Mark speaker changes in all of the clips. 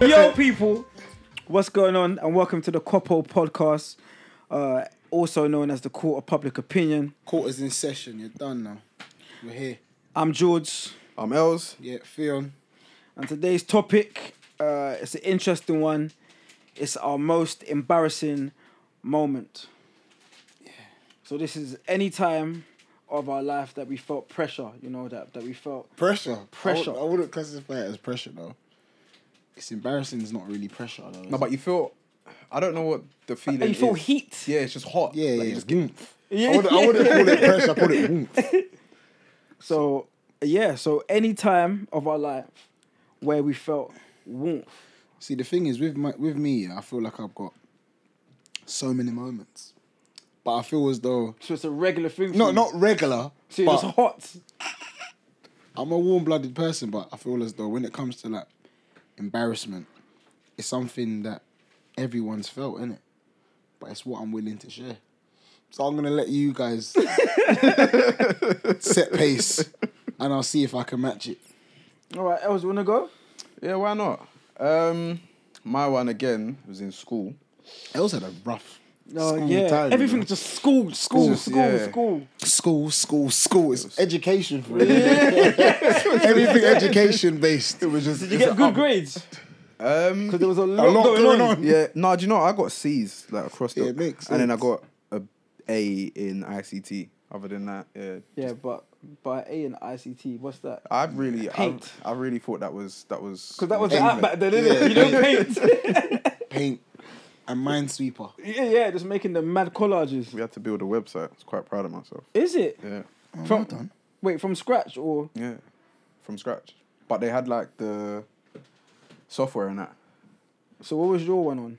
Speaker 1: Yo, people, what's going on? And welcome to the Coppo podcast, uh, also known as the Court of Public Opinion.
Speaker 2: Quarters in session. You're done now. We're here.
Speaker 1: I'm George,
Speaker 3: I'm Els.
Speaker 2: Yeah, Theon.
Speaker 1: and today's topic uh, is an interesting one. It's our most embarrassing moment. So this is any time of our life that we felt pressure, you know, that, that we felt
Speaker 2: Pressure.
Speaker 1: Pressure.
Speaker 2: I, would, I wouldn't classify it as pressure though. It's embarrassing. It's not really pressure though.
Speaker 3: No, but you feel. I don't know what the feeling.
Speaker 1: you feel
Speaker 3: is.
Speaker 1: heat.
Speaker 3: Yeah, it's just hot.
Speaker 2: yeah,
Speaker 3: Like,
Speaker 2: yeah.
Speaker 3: it just-
Speaker 2: oomph.
Speaker 1: Yeah,
Speaker 2: I, wouldn't, I wouldn't
Speaker 1: yeah.
Speaker 2: call it pressure. I call it oomph.
Speaker 1: So yeah, so any time of our life where we felt warmth.
Speaker 2: See, the thing is with my with me, yeah, I feel like I've got so many moments, but I feel as though
Speaker 1: So it's a regular thing. for
Speaker 2: no,
Speaker 1: you.
Speaker 2: not regular.
Speaker 1: So it's
Speaker 2: but
Speaker 1: hot.
Speaker 2: I'm a warm blooded person, but I feel as though when it comes to like embarrassment, it's something that everyone's felt, innit? But it's what I'm willing to share. So I'm gonna let you guys set pace and I'll see if I can match it.
Speaker 1: All right, Els, you wanna go?
Speaker 3: yeah, why not? Um, my one again was in school.
Speaker 2: Els had a rough
Speaker 1: No,
Speaker 2: school
Speaker 1: Oh, yeah.
Speaker 2: time.
Speaker 1: Everything's
Speaker 2: you
Speaker 1: just school, school,
Speaker 3: Just-
Speaker 1: school,
Speaker 3: yeah.
Speaker 1: school.
Speaker 2: know? school, school, school. It's education for me. Everything education based. It was just
Speaker 1: Did you get good grades?
Speaker 3: Um,
Speaker 1: Because there was a lot,
Speaker 2: a lot
Speaker 1: going, on.
Speaker 3: yeah, no, do you know what? I got C's like across the
Speaker 2: Yeah, it makes
Speaker 3: and then I
Speaker 2: sense.
Speaker 3: got a A in ICT. Other than that, yeah,
Speaker 1: Yeah, but by A and ICT, what's that?
Speaker 3: I really, I,
Speaker 1: Paint.
Speaker 3: I really thought that was that was
Speaker 1: Because that was the
Speaker 2: Paint,
Speaker 1: app
Speaker 2: mate.
Speaker 1: back then, innit?
Speaker 2: Yeah.
Speaker 1: You don't paint.
Speaker 2: paint and minesweeper.
Speaker 1: yeah, yeah, just making the mad collages.
Speaker 3: we had to build a website. I was quite proud of myself.
Speaker 1: Is it?
Speaker 3: Yeah,
Speaker 2: Oh,
Speaker 1: From, Wait, from scratch or?
Speaker 3: yeah, from scratch. But they had like the software and that.
Speaker 1: So what was your one on?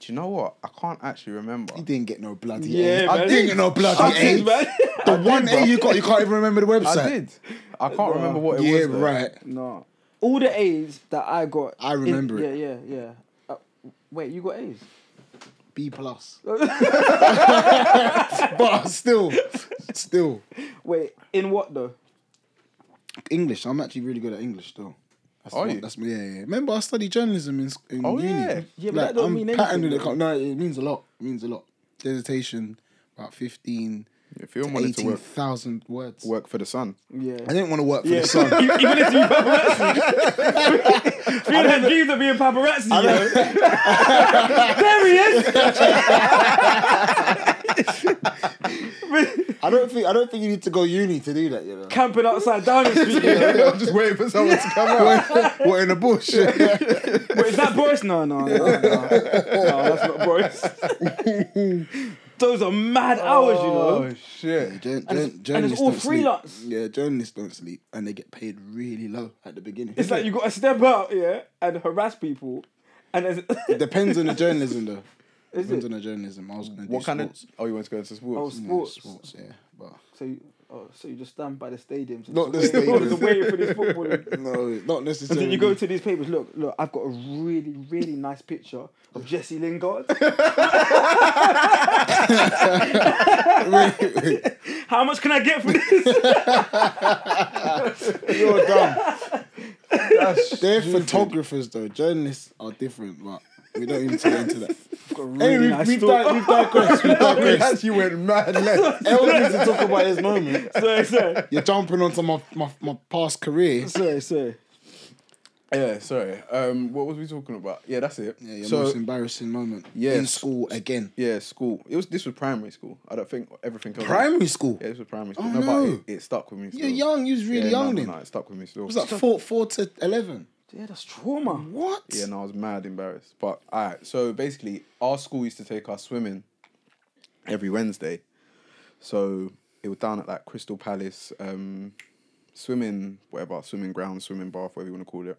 Speaker 3: Do you know what? I can't actually remember.
Speaker 2: You didn't get no bloody
Speaker 1: Yeah,
Speaker 2: A.
Speaker 1: man.
Speaker 2: I didn't get no bloody
Speaker 1: I
Speaker 2: A.
Speaker 1: did, man.
Speaker 2: The one A you got, you can't even remember the website.
Speaker 3: I did. I can't remember what it
Speaker 2: yeah,
Speaker 3: was. though.
Speaker 2: right.
Speaker 1: no. All the A's that I got.
Speaker 2: I
Speaker 1: in-
Speaker 2: remember it.
Speaker 1: Yeah, yeah, yeah. Uh, wait, you got A's?
Speaker 2: B plus. but still, still
Speaker 1: Wait, in what though?
Speaker 2: English. I'm actually really good at English still. That's
Speaker 3: Are
Speaker 2: what-
Speaker 3: you?
Speaker 2: That's yeah, yeah. Remember, I studied journalism in, s- in
Speaker 3: Oh,
Speaker 2: uni.
Speaker 3: yeah.
Speaker 1: Yeah, but that don't
Speaker 2: I'm
Speaker 1: mean
Speaker 2: patterned
Speaker 1: anything,
Speaker 2: in the co- No, it means a lot. It means a lot. Dissertation, about fifteen
Speaker 3: If you
Speaker 2: to
Speaker 3: wanted to
Speaker 2: eighteen
Speaker 3: work,
Speaker 2: thousand words.
Speaker 3: work for the sun.
Speaker 1: Yeah.
Speaker 2: I didn't want to work for
Speaker 1: Yeah,
Speaker 2: the sun.
Speaker 1: you, you wanted to be paparazzi. Feel that views of being paparazzi. yo. there he is.
Speaker 2: I don't think. I don't think you need to go uni to do that. You know.
Speaker 1: Camping outside Downing Street. yo.
Speaker 3: I'm just waiting for someone to come out.
Speaker 2: What in the bush?
Speaker 1: Wait, is that Boris? No, no, no, no. no that's not Boris. Those are mad hours, you know.
Speaker 3: Oh shit!
Speaker 2: Jour-
Speaker 1: And it's-
Speaker 2: jour-
Speaker 1: and it's
Speaker 2: journalists
Speaker 1: all
Speaker 2: don't
Speaker 1: freelance.
Speaker 2: Sleep. Yeah, journalists don't sleep and they get paid really low at the beginning.
Speaker 1: It's like you got to step out, yeah, and harass people. And it's,
Speaker 2: it depends on the journalism though.
Speaker 1: it?
Speaker 2: depends on the journalism. I was gonna
Speaker 3: What
Speaker 2: do
Speaker 3: kind
Speaker 2: sports.
Speaker 3: of? Oh, you want to go into
Speaker 1: oh,
Speaker 3: sports?
Speaker 1: sports.
Speaker 2: Yeah, sports, yeah. But
Speaker 1: So, you, oh, so you just stand by the stadiums. and
Speaker 2: Not
Speaker 1: just
Speaker 2: the
Speaker 1: wait-
Speaker 2: stadiums.
Speaker 1: just waiting for this football.
Speaker 2: no, not
Speaker 1: And
Speaker 2: necessarily.
Speaker 1: then you go to these papers. Look, look, I've got a really, really nice picture of Jesse Lingard. How much can I get for this?
Speaker 2: You're dumb.
Speaker 3: That's-
Speaker 2: They're photographers though. Journalists are different, but we don't even get into that. Hey,
Speaker 1: really
Speaker 2: we've,
Speaker 1: nice
Speaker 2: we've,
Speaker 1: story.
Speaker 2: di- we've digressed. We've digressed.
Speaker 3: Actually went mad left.
Speaker 2: El needs to talk about his moment.
Speaker 1: sorry, sorry,
Speaker 2: You're jumping onto my, my, my past career.
Speaker 1: sorry, sorry.
Speaker 3: Yeah, sorry. Um, what was we talking about? Yeah, that's it.
Speaker 2: Yeah, your
Speaker 3: so
Speaker 2: most embarrassing moment
Speaker 3: Yeah.
Speaker 2: in school again.
Speaker 3: yeah, school. It was this was primary school. I don't think everything. else-
Speaker 2: Primary school.
Speaker 3: Yeah, this was primary school.
Speaker 2: Oh,
Speaker 3: no,
Speaker 2: no.
Speaker 3: but it, it stuck with me. Still.
Speaker 2: You're young. You was really
Speaker 3: Yeah,
Speaker 2: young
Speaker 3: no,
Speaker 2: then.
Speaker 3: No, no, it stuck with me still.
Speaker 2: It was like four, four to eleven.
Speaker 1: Yeah, that's trauma.
Speaker 2: What?
Speaker 3: Yeah, and I was mad embarrassed. But all right, so basically, our school used to take us swimming every Wednesday. So it was down at like Crystal Palace um, swimming, whatever, swimming ground, swimming bath, whatever you want to call it.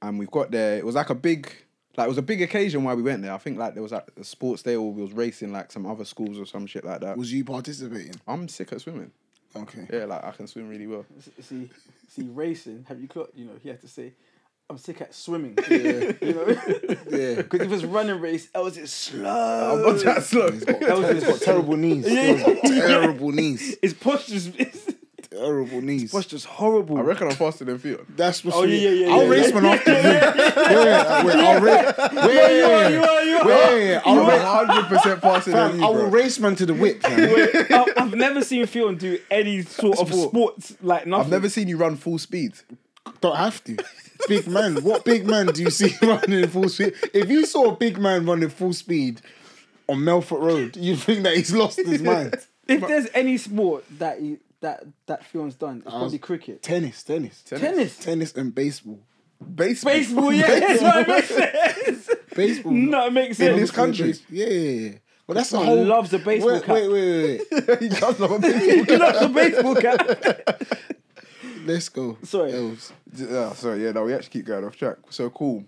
Speaker 3: And we've got there. It was like a big, like it was a big occasion why we went there. I think like there was like a sports day or we was racing like some other schools or some shit like that.
Speaker 2: Was you participating?
Speaker 3: I'm sick at swimming.
Speaker 2: Okay.
Speaker 3: Yeah, like I can swim really well.
Speaker 1: S- See, see, racing. Have you clocked? You know, he had to say, "I'm sick at swimming."
Speaker 2: Yeah.
Speaker 1: You know, because
Speaker 2: yeah.
Speaker 1: if it's running race, I was just
Speaker 3: I'm
Speaker 1: slow.
Speaker 3: not that slow.
Speaker 2: He's got, he's got terrible knees. He's got terrible knees.
Speaker 1: His posture's.
Speaker 2: terrible knees.
Speaker 1: Posture's horrible.
Speaker 3: I reckon I'm faster than Theo.
Speaker 2: That's what's
Speaker 1: Oh, yeah, yeah, yeah,
Speaker 2: I'll
Speaker 1: yeah,
Speaker 2: race
Speaker 1: yeah.
Speaker 2: one after you. Yeah, wait, I'll race. Wait, yeah,
Speaker 1: You are, you are.
Speaker 2: yeah, I'll
Speaker 3: I'm
Speaker 2: race.
Speaker 3: 100 percent faster than you,
Speaker 2: I will
Speaker 3: bro.
Speaker 2: race man to the whip. man.
Speaker 1: I- I've never seen Fionn do any sort of
Speaker 2: Sport.
Speaker 1: sports like nothing.
Speaker 3: I've never seen you run full speed.
Speaker 2: Don't have to. Big man, what big man do you see running full speed? If you saw a big man running full speed on Melfort Road, you'd think that he's lost his mind.
Speaker 1: If there's any sport that he, that that Fionn's done, it's probably cricket,
Speaker 2: Tennis, tennis, tennis,
Speaker 1: tennis,
Speaker 2: tennis and baseball.
Speaker 3: Baseball.
Speaker 1: baseball. Yeah, that's what it makes sense.
Speaker 2: Baseball.
Speaker 1: No, it makes sense.
Speaker 3: In this country.
Speaker 2: Yeah, yeah, yeah. Well, that's a
Speaker 1: Everyone
Speaker 2: whole.
Speaker 1: loves a baseball
Speaker 2: wait,
Speaker 1: cap.
Speaker 2: Wait, wait, wait, wait.
Speaker 3: he does love a baseball.
Speaker 1: He loves the baseball cap.
Speaker 2: Let's go.
Speaker 1: Sorry.
Speaker 2: Elves.
Speaker 3: Yeah, uh, sorry, yeah, no, we actually keep going off track. So cool.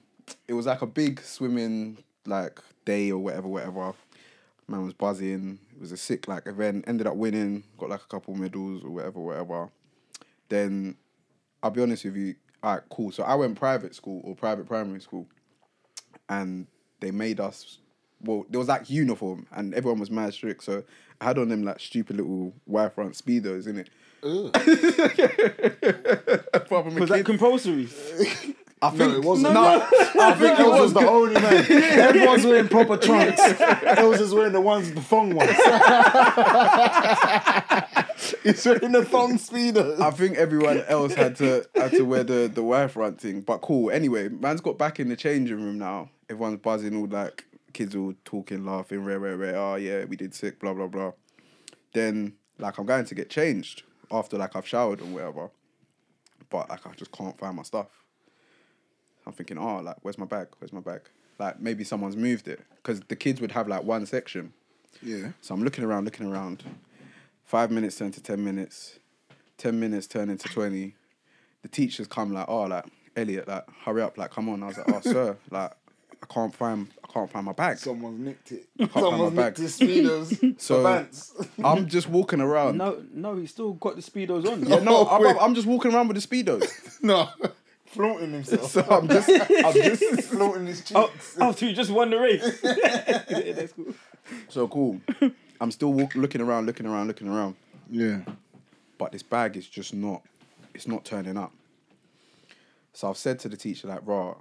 Speaker 3: It was like a big swimming like day or whatever, whatever. Man was buzzing. It was a sick like event. Ended up winning. Got like a couple medals or whatever, whatever. Then I'll be honest with you. All right, cool. So I went private school or private primary school, and they made us. Well, there was like uniform, and everyone was mad strict. So I had on them like stupid little wide front speedos in it.
Speaker 1: Was that compulsory?
Speaker 3: I think
Speaker 2: it wasn't.
Speaker 3: No,
Speaker 2: I think Elves was the only man. Everyone's wearing proper trunks. Elves is wearing the ones, the thong ones. He's wearing the thong speedos.
Speaker 3: I think everyone else had to had to wear the the wire front thing. But cool. Anyway, man's got back in the changing room now. Everyone's buzzing, all like kids all talking, laughing, rare, rare, rare. Oh yeah, we did sick, blah blah blah. Then like I'm going to get changed after like I've showered and whatever. But like I just can't find my stuff. I'm thinking, oh, like where's my bag? Where's my bag? Like maybe someone's moved it because the kids would have like one section.
Speaker 2: Yeah.
Speaker 3: So I'm looking around, looking around. Five minutes turn to ten minutes. Ten minutes turn into twenty. The teachers come like, oh, like Elliot, like hurry up, like come on. I was like, oh, sir, like I can't find, I can't find my bag.
Speaker 2: Someone's nicked it.
Speaker 3: find my
Speaker 2: Someone's nicked
Speaker 3: bag.
Speaker 2: his speedos.
Speaker 3: So-
Speaker 2: So pants.
Speaker 3: I'm just walking around.
Speaker 1: No, no, he's still got the speedos on.
Speaker 3: Yeah, no,
Speaker 2: Oh,
Speaker 3: I'm,
Speaker 2: wait.
Speaker 3: I'm just walking around with the speedos.
Speaker 2: no, flaunting himself.
Speaker 3: So I'm just, I'm just.
Speaker 2: flaunting his cheeks.
Speaker 1: Oh, oh, so you just won the race. Yeah, that's cool.
Speaker 3: So cool. I'm still walk, looking around, looking around, looking around.
Speaker 2: Yeah.
Speaker 3: but this bag is just not it's not turning up so i've said to the teacher like rah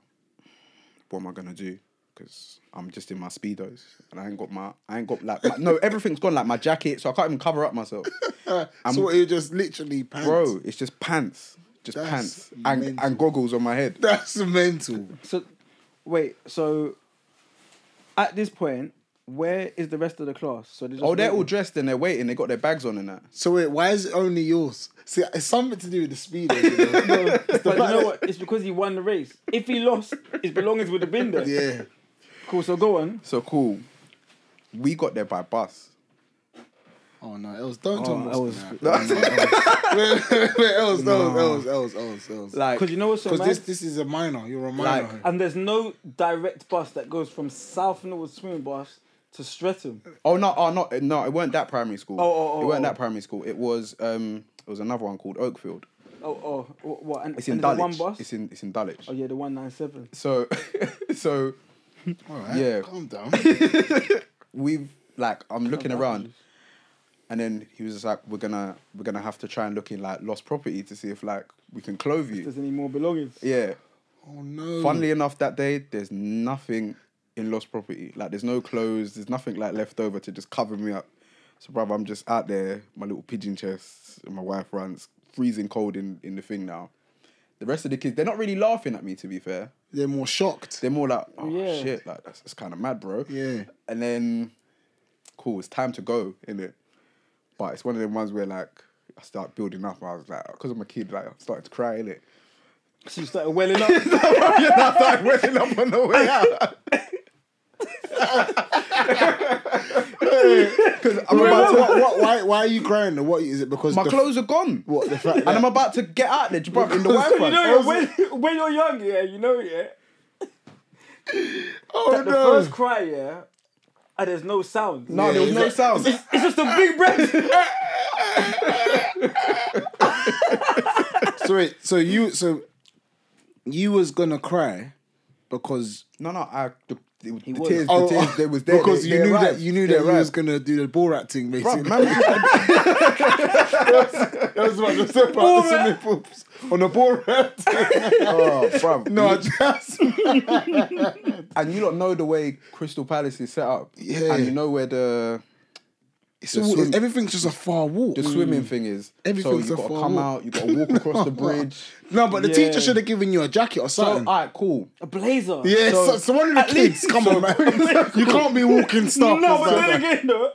Speaker 3: what am i going to do because i'm just in my speedos and i ain't got my i ain't got like my- no everything's gone like my jacket so i can't even cover up myself
Speaker 2: so it just literally pants.
Speaker 3: bro it's just pants just
Speaker 2: That's
Speaker 3: pants and,
Speaker 2: mental.
Speaker 3: and goggles on my head
Speaker 2: That's mental.
Speaker 1: So, wait. So, at this point, where is the rest of the class? So they just
Speaker 3: oh they're all
Speaker 1: waiting.
Speaker 3: dressed and they're waiting they got their bags on and that
Speaker 2: So wait, why is it only yours? See, it's something to do with the speedos. You know?
Speaker 1: No, but you know what? It's because he won the race. If he lost, his belongings would have been there.
Speaker 2: yeah.
Speaker 1: Cool. So go on.
Speaker 3: so cool we got there by bus
Speaker 2: Oh no, Els, don't
Speaker 1: Oh,
Speaker 2: tell me.
Speaker 1: Els.
Speaker 2: what's gonna happen. Wait, wait, wait, Els, Els, Els, Els, Els, Els.
Speaker 3: like
Speaker 1: Because you know what's so
Speaker 2: Because
Speaker 1: mad?
Speaker 2: this this is a minor. You're a minor.
Speaker 3: Like-
Speaker 1: and there's no direct bus that goes from South Norwood Swimming Bus to Streatham.
Speaker 3: Oh no, oh no, no, it weren't that primary school.
Speaker 1: oh, oh,
Speaker 3: it weren't
Speaker 1: oh.
Speaker 3: that primary school. It was um it was another one called Oakfield.
Speaker 1: Oh, oh, wh- what? And,
Speaker 3: It's in
Speaker 1: and there's one
Speaker 3: Dulwich.
Speaker 1: bus.
Speaker 3: It's in it's in Dulwich.
Speaker 1: oh yeah, the one nine seven.
Speaker 3: So so
Speaker 2: All right.
Speaker 3: Yeah.
Speaker 2: Calm down.
Speaker 3: we've like I'm looking around and then he was just like we're gonna we're gonna have to try and look in like lost property to see if like we can clothe you.
Speaker 1: There's any more belongings?
Speaker 3: Yeah.
Speaker 2: Oh no.
Speaker 3: Funnily enough that day there's nothing in lost property. Like there's no clothes, there's nothing like left over to just cover me up. So brother, I'm just out there, my little pigeon chest, and my wife runs freezing cold in, in the thing now. The rest of the kids, they're not really laughing at me to be fair.
Speaker 2: They're more shocked.
Speaker 3: They're more like, oh
Speaker 1: Yeah.
Speaker 3: shit, like that's, that's kind of mad, bro.
Speaker 2: Yeah.
Speaker 3: And then, cool, it's time to go, innit? But it's one of them ones where like I start building up. I was like, because I'm a kid, like I started to cry, innit?
Speaker 1: So you started welling up.
Speaker 3: yeah, I started waking up on the way out. Because I'm
Speaker 2: Wait, what,
Speaker 3: about to,
Speaker 2: what, what, why why are you crying? though? What is it? Because
Speaker 3: my
Speaker 2: the-
Speaker 3: clothes are gone.
Speaker 2: What the fact?
Speaker 3: And I'm about to get out there, bro, in the
Speaker 2: Because
Speaker 3: white
Speaker 1: you
Speaker 3: one.
Speaker 1: know, when, when you're young, yeah, you know, yeah.
Speaker 2: oh
Speaker 1: The first cry, yeah, and there's no sound.
Speaker 3: No, there was no sound.
Speaker 1: It's just a big breath.
Speaker 2: So wait, so you so you was gonna cry, because
Speaker 3: No, no, I the, the, the
Speaker 1: was.
Speaker 3: tears,
Speaker 2: Oh,
Speaker 3: the tears, they was there.
Speaker 2: because
Speaker 3: they,
Speaker 2: you
Speaker 3: they
Speaker 2: knew
Speaker 3: arrived.
Speaker 2: that you knew
Speaker 3: They
Speaker 2: that he was
Speaker 3: arrived.
Speaker 2: gonna do the Borat thing,
Speaker 3: Bruh,
Speaker 2: basically.
Speaker 3: man was
Speaker 2: That's what I said about the swimming pools on the Borat.
Speaker 3: oh, bruv.
Speaker 2: no, I just
Speaker 3: and you lot know the way Crystal Palace is set up.
Speaker 2: Yeah.
Speaker 3: And you know where the
Speaker 2: it's
Speaker 3: The
Speaker 2: all,
Speaker 3: swim-
Speaker 2: everything's just a far walk.
Speaker 3: the swimming thing is.
Speaker 2: Mm. Everything's
Speaker 3: so
Speaker 2: a
Speaker 3: you gotta
Speaker 2: far
Speaker 3: come
Speaker 2: walk.
Speaker 3: out, you gotta walk across the bridge.
Speaker 2: No, but the
Speaker 1: Yeah.
Speaker 2: teacher should have given you a jacket or
Speaker 3: So
Speaker 2: something.
Speaker 3: alright, cool.
Speaker 1: A blazer.
Speaker 2: yeah, so,
Speaker 3: so-
Speaker 2: so one of the kids. Come on, man. you can't be walking stuff.
Speaker 1: No, but then again, though,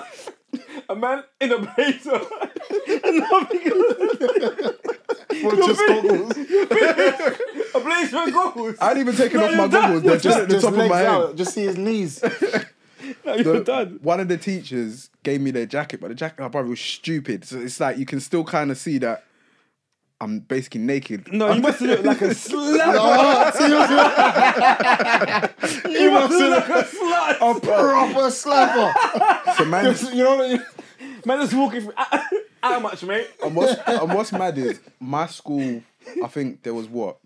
Speaker 1: a man in a blazer. no, because a blazer and goggles.
Speaker 3: I ain't even taken
Speaker 1: No,
Speaker 3: off
Speaker 1: you're
Speaker 3: my goggles,
Speaker 1: done.
Speaker 3: they're just at the top of my head.
Speaker 2: Just see his knees.
Speaker 1: No, you're
Speaker 3: The-
Speaker 1: done.
Speaker 3: One of the teachers gave me their jacket, but the jacket I probably was stupid. So it's like you can still kind of see that I'm basically naked.
Speaker 1: No, you must have looked like a slut. you must Oh. have looked like a slut.
Speaker 2: a proper slapper.
Speaker 3: So man,
Speaker 2: you know what I mean?
Speaker 1: Man, just walking. Through. How much, mate?
Speaker 3: and what's, and what's mad is my school. I think there was what,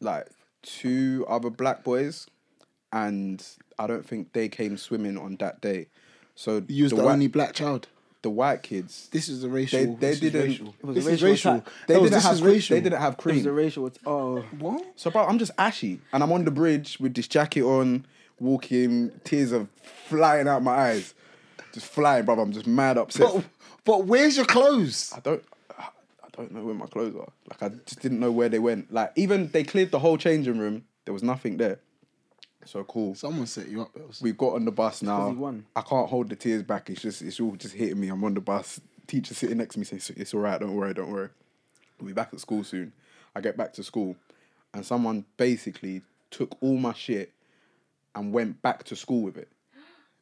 Speaker 3: like two other black boys, and I don't think they came swimming on that day. So
Speaker 2: You was the,
Speaker 3: white,
Speaker 2: only black child.
Speaker 3: the white kids.
Speaker 2: This is a racial.
Speaker 3: They, they
Speaker 2: this
Speaker 3: didn't.
Speaker 2: Is racial.
Speaker 1: was a
Speaker 2: This is
Speaker 1: racial
Speaker 2: racial.
Speaker 1: attack.
Speaker 3: They
Speaker 2: No,
Speaker 3: didn't
Speaker 2: this
Speaker 3: have.
Speaker 2: is
Speaker 3: cre-
Speaker 2: racial.
Speaker 3: They didn't have
Speaker 1: It was a
Speaker 3: cream.
Speaker 1: racial. It's, oh,
Speaker 2: What?
Speaker 3: So, bro, I'm just ashy, and I'm on the bridge with this jacket on, walking, tears are flying out my eyes, just flying, brother. I'm just mad upset.
Speaker 2: But, but where's your clothes?
Speaker 3: I don't. I don't know where my clothes are. Like I just didn't know where they went. Like even they cleared the whole changing room. There was nothing there. So cool.
Speaker 2: Someone set you up. Bills.
Speaker 3: We've got on the bus now.
Speaker 1: he won.
Speaker 3: I can't hold the tears back. It's just it's all just hitting me. I'm on the bus. Teacher sitting next to me saying it's all right. Don't worry. Don't worry. We'll be back at school soon. I get back to school, and someone basically took all my shit and went back to school with it.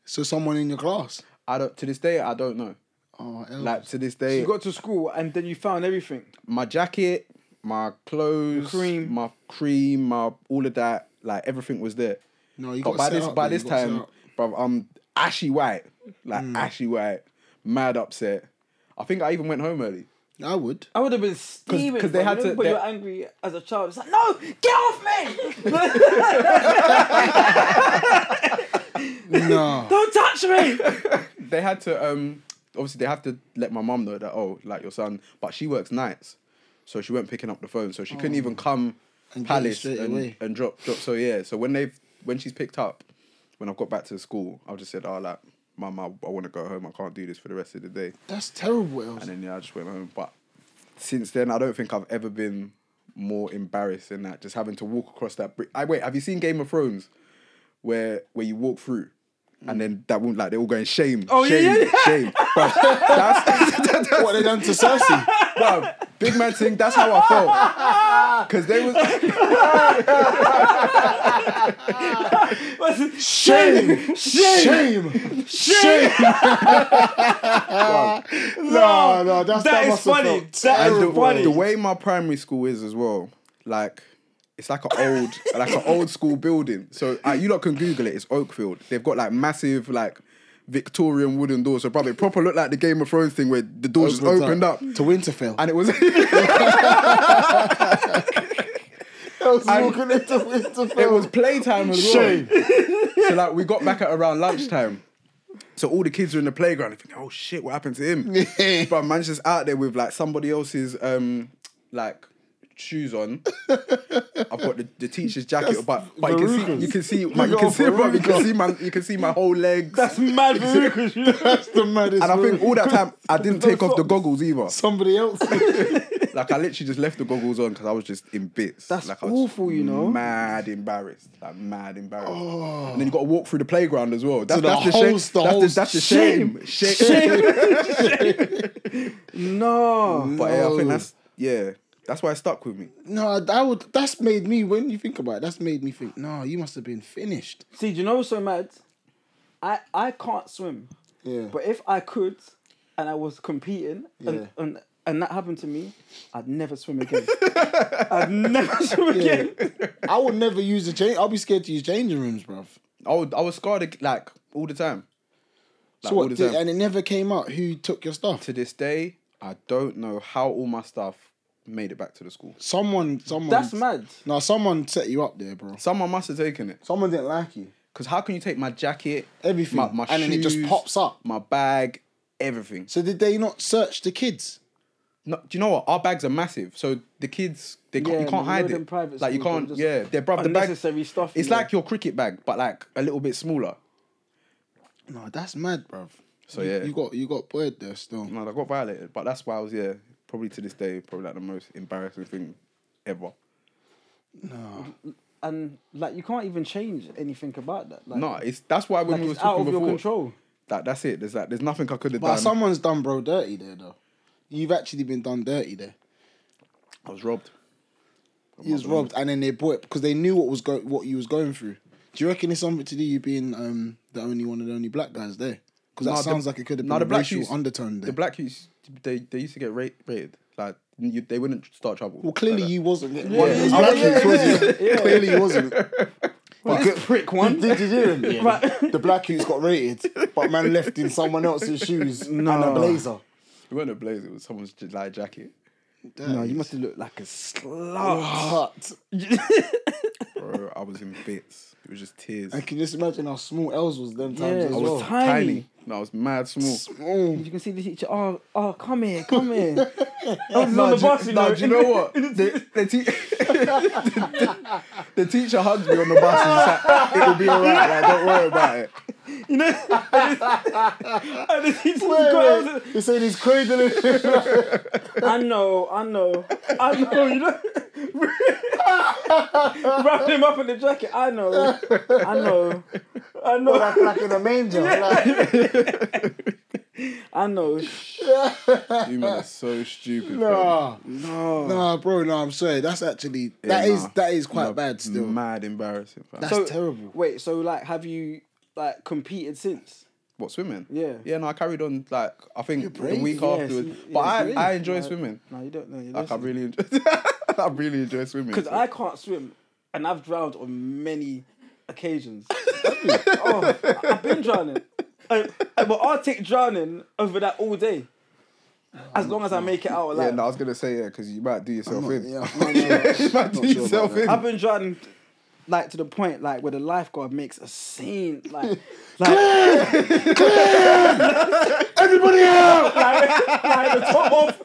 Speaker 2: So someone in your class.
Speaker 3: I don't. To this day, I don't know.
Speaker 2: Oh, hell.
Speaker 3: Like to this day,
Speaker 1: you got to school and then you found everything.
Speaker 3: my jacket, my clothes,
Speaker 1: Your cream.
Speaker 3: my cream, my all of that, like everything was there.
Speaker 2: No, you
Speaker 3: but
Speaker 2: got
Speaker 3: by
Speaker 2: set
Speaker 3: this
Speaker 2: up,
Speaker 3: by
Speaker 2: man, you
Speaker 3: this
Speaker 2: got set
Speaker 3: time,
Speaker 2: up. Mm.
Speaker 3: bruv, I'm ashy white, like ashy white, mad upset. I think I even went home early.
Speaker 2: I would.
Speaker 1: I would have been steaming.
Speaker 3: 'cause they
Speaker 1: bro.
Speaker 3: had
Speaker 1: You
Speaker 3: to-
Speaker 1: know When
Speaker 3: they-
Speaker 1: you were angry as a child, it's like, no, get off me!
Speaker 2: no.
Speaker 1: Don't touch me!
Speaker 3: They had to um obviously they have to let my mum know that oh like your son, but she works nights, so she weren't picking up the phone, so she couldn't even come
Speaker 2: Oh. And get it
Speaker 3: palace
Speaker 2: straight
Speaker 3: and,
Speaker 2: away.
Speaker 3: and drop drop. So yeah, so when they've when she's picked up, when I've got back to school, I've just said oh like. Mum, I, I want to go home. I can't do this for the rest of the day.
Speaker 2: That's terrible. Elsa.
Speaker 3: And then yeah, I just went home. But since then, I don't think I've ever been more embarrassed than that. Just having to walk across that bridge. I wait. Have you seen Game of Thrones, where where you walk through, and then that woman like they're all going shame,
Speaker 1: Oh, yeah,
Speaker 3: shame,
Speaker 1: yeah, yeah.
Speaker 3: shame. Bruv, that's, that's,
Speaker 2: what they done to Cersei?
Speaker 3: bruv, big man thing. That's how I felt. Cause they was
Speaker 2: Shame! Shame! Shame! no, no,
Speaker 1: That
Speaker 2: that's
Speaker 1: is
Speaker 2: must have
Speaker 1: funny. That
Speaker 2: felt
Speaker 1: is
Speaker 3: and the,
Speaker 1: funny.
Speaker 3: the way my primary school is as well, like it's like an old, like an old school building. So uh, you lot can Google it. It's Oakfield. They've got like massive, like Victorian wooden doors. So probably it proper looked like the Game of Thrones thing where the doors just
Speaker 2: terrible.
Speaker 3: opened up,
Speaker 2: to Winterfell.
Speaker 3: and it was.
Speaker 2: I was
Speaker 3: and-
Speaker 2: walking into Winterfell.
Speaker 3: it was playtime as well.
Speaker 2: Shame.
Speaker 3: So like we got back at around lunchtime. So all the kids are in the playground. They think, oh shit, what happened to him? but man's just out there with like somebody else's um like shoes on. I've got the, the teacher's jacket, but but you can see you can see my, you can
Speaker 2: got
Speaker 3: see bro, you
Speaker 2: verrucas.
Speaker 3: can see my you can see my whole legs.
Speaker 1: That's mad because you know.
Speaker 2: That's the maddest.
Speaker 3: and I think all that time I didn't take off the
Speaker 1: socks.
Speaker 3: goggles either.
Speaker 2: somebody else.
Speaker 3: Like I literally just left the goggles on because I was just in bits.
Speaker 1: That's
Speaker 3: like, I was
Speaker 1: awful, you know?
Speaker 3: Mad embarrassed, like mad embarrassed. And then you got to walk through the playground as well. That's,
Speaker 2: Oh. the
Speaker 3: that's the
Speaker 2: whole-
Speaker 3: shame.
Speaker 2: the
Speaker 3: That's the,
Speaker 2: whole
Speaker 3: that's the shame. Shame.
Speaker 1: no.
Speaker 3: But yeah, I
Speaker 2: Oh.
Speaker 3: think that's yeah. That's why it stuck with me.
Speaker 2: no, I, I would. That's made me. When you think about it, that's made me think. No, you must have been finished.
Speaker 1: See, do you know what's so mad? I I can't swim.
Speaker 2: Yeah.
Speaker 1: But if I could, and I was competing,
Speaker 2: Yeah.
Speaker 1: and, and and that happened to me, I'd never swim again. I'd never swim again.
Speaker 2: I would never use the change. I'll be scared to use changing rooms, bruv.
Speaker 3: I would, I was scarred ag- like all the time.
Speaker 2: So
Speaker 3: Like all
Speaker 2: what?
Speaker 3: the
Speaker 2: Did,
Speaker 3: time.
Speaker 2: and it never came out who took your stuff.
Speaker 3: to this day, I don't know how all my stuff made it back to the school.
Speaker 2: Someone, someone.
Speaker 1: That's mad.
Speaker 2: No, someone set you up there, bro.
Speaker 3: Someone must have taken it.
Speaker 2: Someone didn't like you.
Speaker 3: Cause how can you take my jacket,
Speaker 2: Everything.
Speaker 3: my, my
Speaker 2: and then it just
Speaker 3: shoes,
Speaker 2: pops up.
Speaker 3: my bag, everything?
Speaker 2: So did they not search the kids?
Speaker 3: No, do you know what? Our bags are massive, so the kids they can't,
Speaker 1: Yeah,
Speaker 3: you can't
Speaker 1: man, you know
Speaker 3: hide
Speaker 1: them
Speaker 3: it.
Speaker 1: private
Speaker 3: like you
Speaker 1: schools,
Speaker 3: can't.
Speaker 1: they're
Speaker 3: Yeah,
Speaker 1: just
Speaker 3: they're bruv, the bag.
Speaker 1: unnecessary stuff,
Speaker 3: It's
Speaker 1: yeah.
Speaker 3: like your cricket bag, but like a little bit smaller.
Speaker 2: No, that's mad, bruv.
Speaker 3: So
Speaker 2: You-
Speaker 3: yeah,
Speaker 2: you got you got bored there still.
Speaker 3: man, I got violated, but that's why I was yeah probably to this day probably like the most embarrassing thing ever.
Speaker 1: And like you can't even change anything about that. Like,
Speaker 3: No, it's that's why when
Speaker 1: like
Speaker 3: we were
Speaker 1: it's out
Speaker 3: talking
Speaker 1: of your
Speaker 3: before
Speaker 1: control.
Speaker 3: that that's it. There's like there's nothing I could have
Speaker 2: But
Speaker 3: done.
Speaker 2: someone's done bro dirty there though. You've actually been done dirty there.
Speaker 3: I was robbed.
Speaker 2: He was robbed, and then they bought it because they knew what was go- what you was going through. Do you reckon it's something to do you being um, the only one of the only black guys there? Because that
Speaker 3: Nah, the-
Speaker 2: sounds like it could have been
Speaker 3: nah,
Speaker 2: a
Speaker 3: the black
Speaker 2: racial
Speaker 3: youths-
Speaker 2: undertone there.
Speaker 3: The black youths they they used to get ra- raided. Like you, they wouldn't start trouble.
Speaker 2: well, clearly you wasn't. one of
Speaker 1: yeah,
Speaker 2: those
Speaker 1: yeah,
Speaker 2: black youths,
Speaker 1: yeah,
Speaker 2: was you? Clearly you wasn't.
Speaker 1: Well, this prick one.
Speaker 2: Did you hear him? The black who's got rated, but man left in someone else's shoes and a blazer.
Speaker 3: It wasn't a blazer. It was someone's j- like jacket.
Speaker 1: No, you must have looked like a slut.
Speaker 2: But
Speaker 3: Bro, I was in bits. It was just tears.
Speaker 2: I can just imagine how small Els was them times
Speaker 1: Yeah,
Speaker 2: as
Speaker 1: I
Speaker 3: I
Speaker 2: well.
Speaker 3: was
Speaker 1: Whoa.
Speaker 3: tiny.
Speaker 1: Tiny.
Speaker 3: No, I was mad small.
Speaker 2: Small.
Speaker 1: You can see the teacher. Oh, oh, come here, come here. I was on
Speaker 3: Nah,
Speaker 1: the
Speaker 3: do-
Speaker 1: bus, you
Speaker 3: nah,
Speaker 1: know.
Speaker 3: do you know what? The, the, te- the- the teacher hugs me on the bus and she's like, it'll be alright, like, don't worry about it.
Speaker 1: You know, and the teacher's
Speaker 2: Wait,
Speaker 1: got-
Speaker 2: wait. They said he's cradling.
Speaker 1: I know, I know, I know. You know, wrapping him up in the jacket. I know, I know, I know,
Speaker 2: like, like in a manger. Like,
Speaker 1: I know.
Speaker 3: You man are so stupid. bro.
Speaker 2: nah, nah, bro, no, I'm sorry. That's actually that
Speaker 3: Yeah,
Speaker 2: is
Speaker 3: nah.
Speaker 2: that is quite
Speaker 3: Nah,
Speaker 2: bad still.
Speaker 3: Mad embarrassing. fam.
Speaker 2: That's terrible.
Speaker 1: Wait, so like, have you like competed since?
Speaker 3: What swimming?
Speaker 1: Yeah.
Speaker 3: Yeah, no, I carried on like I think the
Speaker 2: brave.
Speaker 3: week
Speaker 1: Yes,
Speaker 3: afterwards.
Speaker 1: you-
Speaker 3: but
Speaker 1: yes,
Speaker 3: I,
Speaker 1: brave.
Speaker 3: I enjoy
Speaker 1: Like-
Speaker 3: swimming.
Speaker 1: No, you don't know. You
Speaker 3: Like I
Speaker 1: don't.
Speaker 3: really enjoy I really enjoy swimming.
Speaker 1: Because
Speaker 3: so-
Speaker 1: I can't swim, and I've drowned on many occasions. oh, I- I've been drowning, I, I- but I'll take drowning over that all day, as long as I make it out
Speaker 3: Yeah,
Speaker 1: alive.
Speaker 3: no, I was gonna say yeah, because you might do yourself in.
Speaker 2: Yeah,
Speaker 3: you might do
Speaker 2: sure
Speaker 3: yourself
Speaker 2: about
Speaker 3: in.
Speaker 1: I've been drowning like to the point like where the lifeguard makes a scene like like,
Speaker 2: Everybody out!
Speaker 1: like, like the top off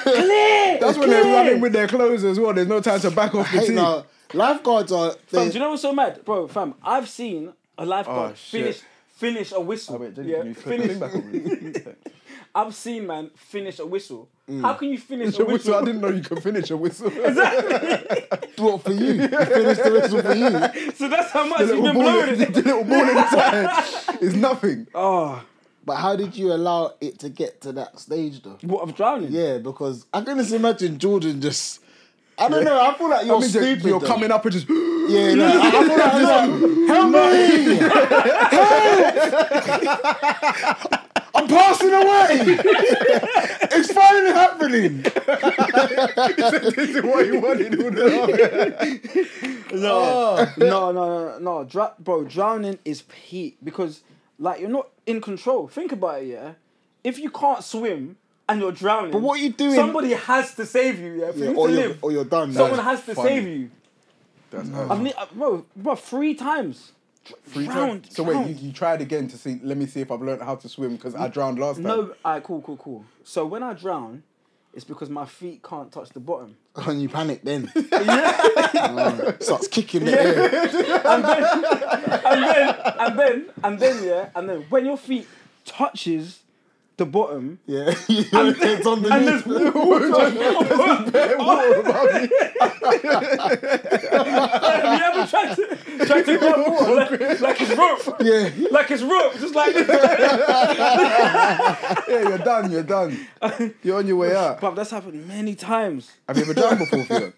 Speaker 3: That's when they're running with their clothes as well. There's no time to back off the
Speaker 2: Hey,
Speaker 3: team.
Speaker 2: nah, lifeguards are.
Speaker 1: Fam,
Speaker 2: They,
Speaker 1: do you know what's so mad? Bro, fam, I've seen a lifeguard
Speaker 3: Oh, shit. Oh,
Speaker 1: finish finish a whistle. yeah, finish, I've seen man finish a whistle. How can you finish a
Speaker 3: a whistle. I
Speaker 1: whistle?
Speaker 3: didn't know you could finish a whistle.
Speaker 2: what for you? You finished the whistle for you.
Speaker 1: so that's how much
Speaker 3: The
Speaker 1: you've
Speaker 3: little
Speaker 1: been
Speaker 3: ball,
Speaker 1: blowing
Speaker 3: the
Speaker 1: it.
Speaker 3: little ball inside is nothing.
Speaker 1: Oh,
Speaker 2: But how did you allow it to get to that stage though?
Speaker 1: what of drowning?
Speaker 2: Yeah, because I can just imagine Jordan just. I don't know. I feel like you're
Speaker 3: I mean,
Speaker 2: stupid.
Speaker 3: you're
Speaker 2: though.
Speaker 3: coming up and just.
Speaker 2: Yeah, no, I, I feel like you're like, help me! Help! I'm passing away. it's finally happening.
Speaker 3: this is what you wanted all the
Speaker 1: No, Ah, no, no, no, no. Dra- bro, drowning is peak because, like, you're not in control. Think about it, yeah? If you can't swim and you're drowning, but
Speaker 2: what you doing-
Speaker 1: Somebody has to save you, yeah? For you to
Speaker 2: or, you're,
Speaker 1: live,
Speaker 2: or Oh, you're done.
Speaker 1: someone
Speaker 2: Like,
Speaker 1: has to
Speaker 3: funny.
Speaker 1: save you.
Speaker 3: time.
Speaker 1: I've ne- uh, bro, bro, three times. Dr-
Speaker 3: Three times.
Speaker 1: drowned,
Speaker 3: So
Speaker 1: drowned.
Speaker 3: wait, you, you tried again to see. Let me see if I've learned how to swim because I drowned last time.
Speaker 1: No, alright, cool, cool, cool. So when I drown, it's because my feet can't touch the bottom.
Speaker 2: and you panic then. Oh, starts kicking the air.
Speaker 1: and then, and then, and then, and then, yeah, and then when your feet touches the bottom,
Speaker 2: Yeah, it's on the
Speaker 1: and there's
Speaker 2: knee.
Speaker 1: water.
Speaker 3: What about me?
Speaker 1: Have you ever tried to tried to grab water like, like it's rope?
Speaker 2: Yeah,
Speaker 1: Like it's rope, just like
Speaker 3: Yeah, you're done. You're done. You're on your way out.
Speaker 1: But that's happened many times.
Speaker 3: Have you ever drowned before, Theo?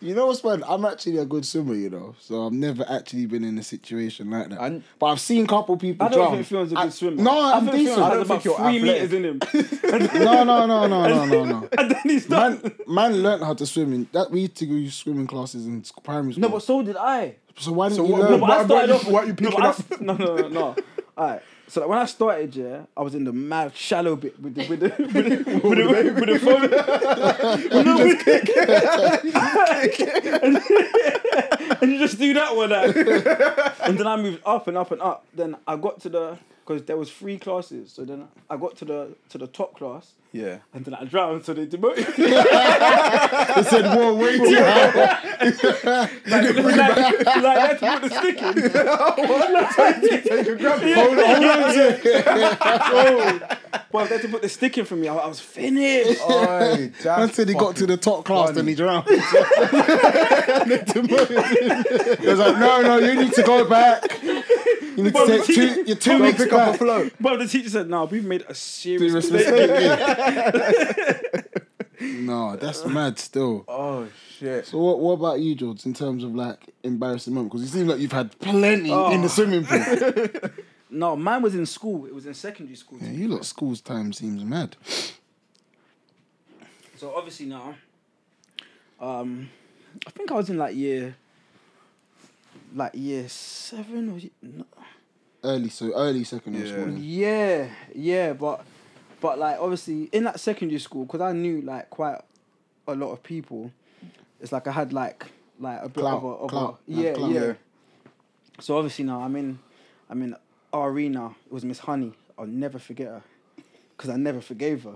Speaker 2: you know what's man? I'm actually a good swimmer, you know, so I've never actually been in a situation like that.
Speaker 3: And-
Speaker 2: but I've seen couple people
Speaker 1: I don't
Speaker 2: drown.
Speaker 1: think Fion's a good
Speaker 2: I-
Speaker 1: swimmer.
Speaker 2: No,
Speaker 1: I
Speaker 2: I'm
Speaker 1: think Fion
Speaker 2: decent.
Speaker 1: has
Speaker 3: don't
Speaker 1: about
Speaker 3: think you're
Speaker 1: three meters
Speaker 3: athletic.
Speaker 1: in him, and
Speaker 2: No, no, no, no, no, no, no.
Speaker 1: then he's done.
Speaker 2: Man, man learned how to swim in that. We used to go swimming classes in sc- primary school.
Speaker 1: No, but so did I.
Speaker 2: so why didn't
Speaker 3: So
Speaker 2: you
Speaker 3: what-
Speaker 2: learn?
Speaker 1: But I
Speaker 3: Why- why
Speaker 1: started
Speaker 3: you-
Speaker 1: off.
Speaker 3: why you
Speaker 1: no,
Speaker 3: picking
Speaker 1: but I
Speaker 3: up?
Speaker 1: s- No, no, no, no. All right. So like, when I started, yeah, I was in the mad shallow bit with the with the with the, with the, with the phone. No, with- and you just do that one, like. and then I moved up and up and up. Then I got to the because there was three classes. So then I got to the to the top class,
Speaker 3: Yeah.
Speaker 1: and then I drowned. So they demoted. me.
Speaker 2: They said, whoa, wait, whoa.
Speaker 1: like, like, like, that's what the stick in.
Speaker 2: Hold on, hold on. a sec.
Speaker 1: Well, they had to put the stick in for me. I, I was finished.
Speaker 2: Until he got to the top class, then he drowned. he was like, no, no, you need to go back. You need to
Speaker 1: But
Speaker 2: take
Speaker 1: we-
Speaker 2: two, you're two weeks
Speaker 3: pick up a
Speaker 2: back.
Speaker 3: flow.
Speaker 1: But the teacher said, "No, we've made a serious
Speaker 2: Serious
Speaker 1: mistake."
Speaker 2: mistake. no, that's mad still.
Speaker 3: Oh shit.
Speaker 2: So what, what about you, George, in terms of like embarrassing moment? Because you seem like you've had plenty
Speaker 1: Oh.
Speaker 2: in the swimming pool. yeah,
Speaker 1: No, mine was in school. It was in secondary school.
Speaker 2: you lot school's time seems mad.
Speaker 1: So obviously now, um, I think I was in like year, like year seven or ye- no,
Speaker 2: Early, so early secondary
Speaker 3: Yeah.
Speaker 2: school. then.
Speaker 1: yeah, yeah. But, but like obviously in that secondary school, because I knew like quite a lot of people. It's like I had like like a bit
Speaker 2: Clout,
Speaker 1: of a, of
Speaker 2: clout,
Speaker 1: a
Speaker 2: you had
Speaker 1: yeah,
Speaker 2: clout.
Speaker 1: yeah
Speaker 3: Yeah.
Speaker 1: So obviously now I'm in, I'm in RE now. It was Miss Honey. I'll never forget her, because I never forgave her.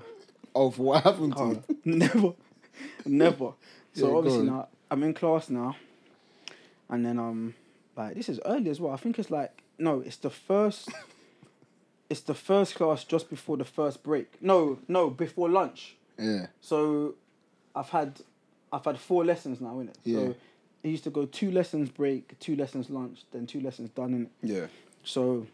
Speaker 2: Oh, for what happened to
Speaker 1: Oh,
Speaker 2: you?
Speaker 1: never, never. So
Speaker 2: Yeah, go
Speaker 1: obviously
Speaker 2: on.
Speaker 1: now I'm in class now, and then um, like this is early as well. I think it's like no, it's the first, it's the first class just before the first break. No, no, before lunch.
Speaker 2: Yeah.
Speaker 1: So, I've had, I've had four lessons now in it.
Speaker 2: Yeah.
Speaker 1: So, it used to go two lessons break, two lessons lunch, then two lessons done in it.
Speaker 3: Yeah.
Speaker 1: So,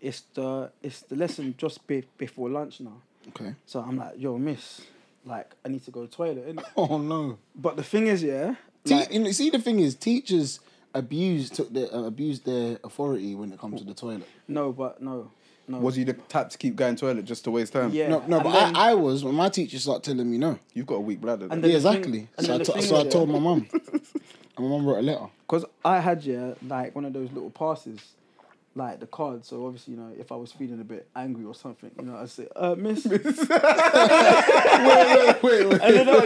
Speaker 1: it's the it's the lesson just be, before lunch now.
Speaker 2: Okay.
Speaker 1: So I'm like, yo, miss, like, I need to go to the toilet. innit?
Speaker 2: Oh no.
Speaker 1: But the thing is, yeah,
Speaker 2: Te-
Speaker 1: like,
Speaker 2: you know, see, the thing is, teachers abuse took their uh, abuse their authority when it comes to the toilet.
Speaker 1: no, but no, no.
Speaker 3: Was you the type to keep going toilet just to waste time?
Speaker 1: Yeah.
Speaker 2: No, no,
Speaker 1: and
Speaker 2: but
Speaker 1: then-
Speaker 2: I, I was when my teacher started telling me no.
Speaker 3: You've got a weak bladder.
Speaker 1: And
Speaker 3: though.
Speaker 1: then
Speaker 2: yeah,
Speaker 1: the thing-
Speaker 2: exactly.
Speaker 1: and
Speaker 2: so I
Speaker 1: then the
Speaker 2: to-
Speaker 1: thing
Speaker 2: so I
Speaker 1: is,
Speaker 2: told
Speaker 1: yeah.
Speaker 2: my mum, and my mum wrote a letter.
Speaker 1: Cause I had yeah, like one of those little passes, like the card. So obviously, you know, if I was feeling a bit angry or something, you know, I'd say, uh, miss.
Speaker 2: wait, wait, wait.
Speaker 1: And then I-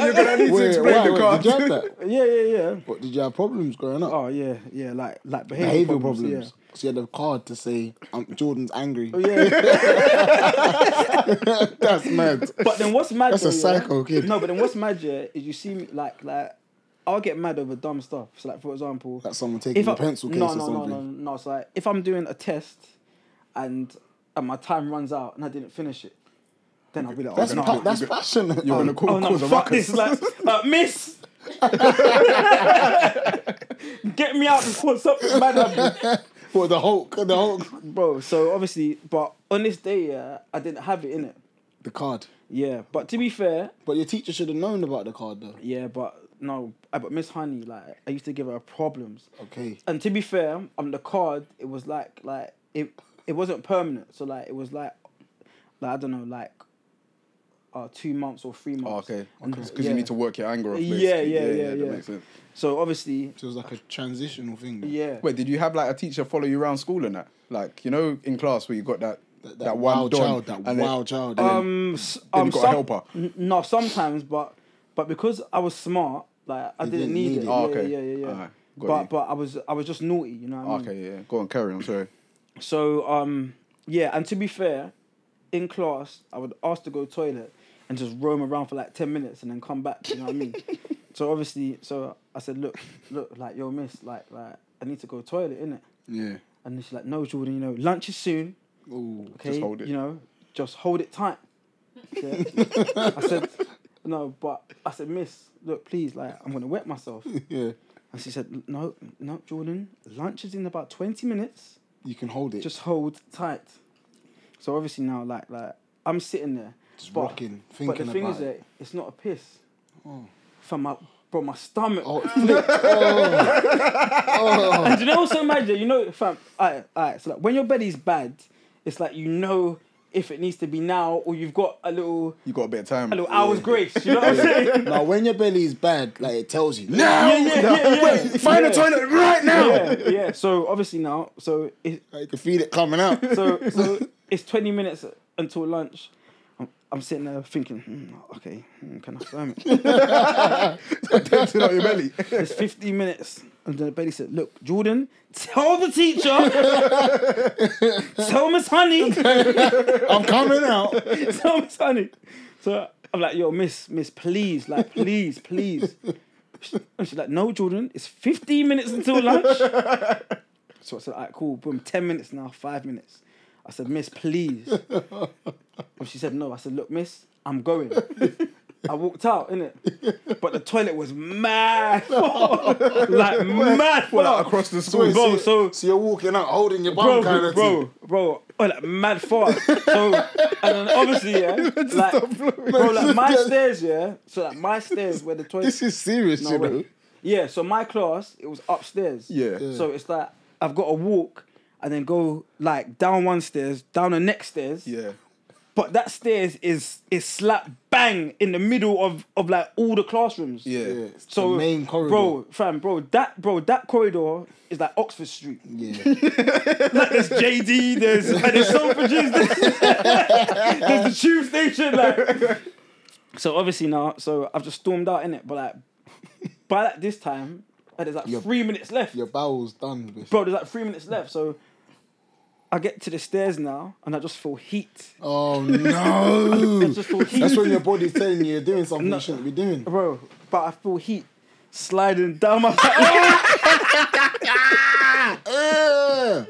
Speaker 3: need to explain the
Speaker 2: Did you have that?
Speaker 1: yeah, yeah, yeah.
Speaker 2: What, did you have problems growing up?
Speaker 1: Oh yeah, yeah, like like behavior,
Speaker 2: Behavior problems.
Speaker 1: problems.
Speaker 2: So you had a card to say, um, "Jordan's angry."
Speaker 1: Yeah. Oh, yeah.
Speaker 2: That's mad.
Speaker 1: But then what's mad?
Speaker 2: That's a
Speaker 1: though, yeah?
Speaker 2: psycho kid.
Speaker 1: No, but then what's mad? Yeah, is you see me like like I'll get mad over dumb stuff. So like for example,
Speaker 2: That's someone taking a
Speaker 1: I-
Speaker 2: pencil case
Speaker 1: no,
Speaker 2: or
Speaker 1: no,
Speaker 2: something.
Speaker 1: No, no, no, no. It's like if I'm doing a test and and my time runs out and I didn't finish it, then I'll be like,
Speaker 2: That's
Speaker 1: oh, no,
Speaker 2: pa- that's passionate.
Speaker 3: You're gonna
Speaker 1: oh,
Speaker 3: call,
Speaker 1: no,
Speaker 3: cause a
Speaker 1: fuck
Speaker 3: ruckus.
Speaker 1: this, like, uh, miss. Get me out before something bad happens,
Speaker 2: What the Hulk? The Hulk.
Speaker 1: bro. So obviously, but on this day, yeah, I didn't have it in it.
Speaker 2: The card.
Speaker 1: Yeah, but to be fair,
Speaker 2: But your teacher should have known about the card though.
Speaker 1: yeah, but no, uh, but Miss Honey, like, I used to give her problems.
Speaker 2: Okay.
Speaker 1: and to be fair, on the card, it was like like it it wasn't permanent. So like it was like like I don't know like uh two months or three
Speaker 3: Oh,
Speaker 1: months.
Speaker 3: okay. Because
Speaker 1: Yeah.
Speaker 3: you need to work your anger off.
Speaker 1: Yeah,
Speaker 3: basically.
Speaker 1: yeah, yeah,
Speaker 3: That
Speaker 1: yeah.
Speaker 3: makes sense.
Speaker 1: So obviously,
Speaker 2: So it was like a transitional thing. though.
Speaker 1: yeah.
Speaker 3: Wait, did you have like a teacher follow you around school and that? Like, you know, in class where you got that that,
Speaker 2: That,
Speaker 3: one
Speaker 2: wild
Speaker 3: don
Speaker 2: child. That
Speaker 3: and then-
Speaker 2: wild child. yeah.
Speaker 1: um, s-
Speaker 3: Then
Speaker 1: um
Speaker 3: you got a
Speaker 1: some-
Speaker 3: helper.
Speaker 1: n- no, sometimes, but but because I was smart, like I
Speaker 2: You
Speaker 1: didn't, need, it. yeah,
Speaker 2: Oh,
Speaker 3: okay.
Speaker 1: yeah, yeah, yeah.
Speaker 3: Alright, got
Speaker 1: but
Speaker 3: you. Oh,
Speaker 1: but I was I was just naughty, you know. What I mean?
Speaker 3: Okay, yeah. Go on, carry on. Sorry.
Speaker 1: So um yeah, and to be fair, in class I would ask to go toilet and just roam around for like ten minutes and then come back. You know what I mean? so obviously, so I said, look, look, like yo, miss, like, like I need to go toilet, innit?
Speaker 2: yeah.
Speaker 1: And she's like, no, Jordan, you know, lunch is soon.
Speaker 2: Ooh.
Speaker 1: Okay,
Speaker 3: hold it.
Speaker 1: you know, just hold it tight. Yeah. I said, no, but I said, miss, look, please, like I'm gonna wet myself.
Speaker 2: Yeah.
Speaker 1: And she said, no, no, Jordan, lunch is in about twenty minutes
Speaker 2: You can hold it. Just,
Speaker 1: just hold tight. So obviously now, like, like I'm sitting there, but-
Speaker 2: rocking,
Speaker 1: But the
Speaker 2: thinking
Speaker 1: thing
Speaker 2: about
Speaker 1: is
Speaker 2: it.
Speaker 1: that it's not a piss.
Speaker 2: Oh.
Speaker 1: For my bro, my stomach.
Speaker 2: Oh, it flipped. oh.
Speaker 1: And do you know what's so mad? yeah? You know, fam. I, I. So like, when your belly's bad, it's like you know if it needs to be now or you've got a little
Speaker 3: You got a bit of time.
Speaker 1: a little hour's grace. You know what I'm saying?
Speaker 2: Now, when your belly is bad, like it tells you.
Speaker 3: Now,
Speaker 1: Yeah, yeah, yeah, yeah.
Speaker 3: Wait, find
Speaker 1: Yeah.
Speaker 3: a toilet right now.
Speaker 1: yeah, yeah. So obviously now, so it,
Speaker 2: Like, you can feel it coming out.
Speaker 1: so so it's twenty minutes until lunch. I'm, I'm sitting there thinking, hmm, okay, hmm, can I slam it?
Speaker 3: Emptying out your belly.
Speaker 1: It's fifteen minutes. And then Bailey said, Look, Jordan, tell the teacher, tell Miss Honey,
Speaker 2: I'm coming out.
Speaker 1: so I'm sunny. So I'm like, yo, miss, miss, please, like, please, please. And she's like, no, Jordan, it's 15 minutes until lunch. So I said, all right, cool, boom, 10 minutes now, five minutes. I said, miss, please. And she said, no. I said, look, miss, I'm going. I walked out, innit? But the toilet was mad full. like, mad full.
Speaker 3: Well, like, across the
Speaker 2: So,
Speaker 3: school.
Speaker 2: wait,
Speaker 1: Bro,
Speaker 2: so,
Speaker 1: so-
Speaker 2: so you're walking out holding your
Speaker 1: bro,
Speaker 2: bum kind of
Speaker 1: bro, bro, oh, like mad fart. So and then obviously, yeah, like, bro, like my stairs, yeah. So like my stairs where the toilet.
Speaker 2: This is serious,
Speaker 1: No,
Speaker 2: you know.
Speaker 1: wait. Yeah, so my class it was upstairs.
Speaker 3: Yeah. Yeah.
Speaker 1: So it's like I've got to walk and then go like down one stairs, down the next stairs.
Speaker 3: Yeah.
Speaker 1: But that stairs is is slap bang in the middle of of like all the classrooms.
Speaker 3: Yeah.
Speaker 2: Yeah, it's the
Speaker 1: So
Speaker 2: main corridor.
Speaker 1: bro, fam, bro, that bro, that corridor is like Oxford Street.
Speaker 2: Yeah.
Speaker 1: Like there's JD, there's like, there's Selfridges, there's, there's the tube station. Like, so obviously now, so I've just stormed out in it, but like by like this time, like, there's like three minutes left,
Speaker 2: Your bowel's done. With.
Speaker 1: bro. There's like three minutes left, so I get to the stairs now, and I just feel heat.
Speaker 2: Oh
Speaker 1: I
Speaker 2: no!
Speaker 1: just feel heat,
Speaker 2: That's when your body's telling you you're doing something you shouldn't be doing.
Speaker 1: bro. But I feel heat sliding down my. Oh,
Speaker 2: Ugh. Ugh.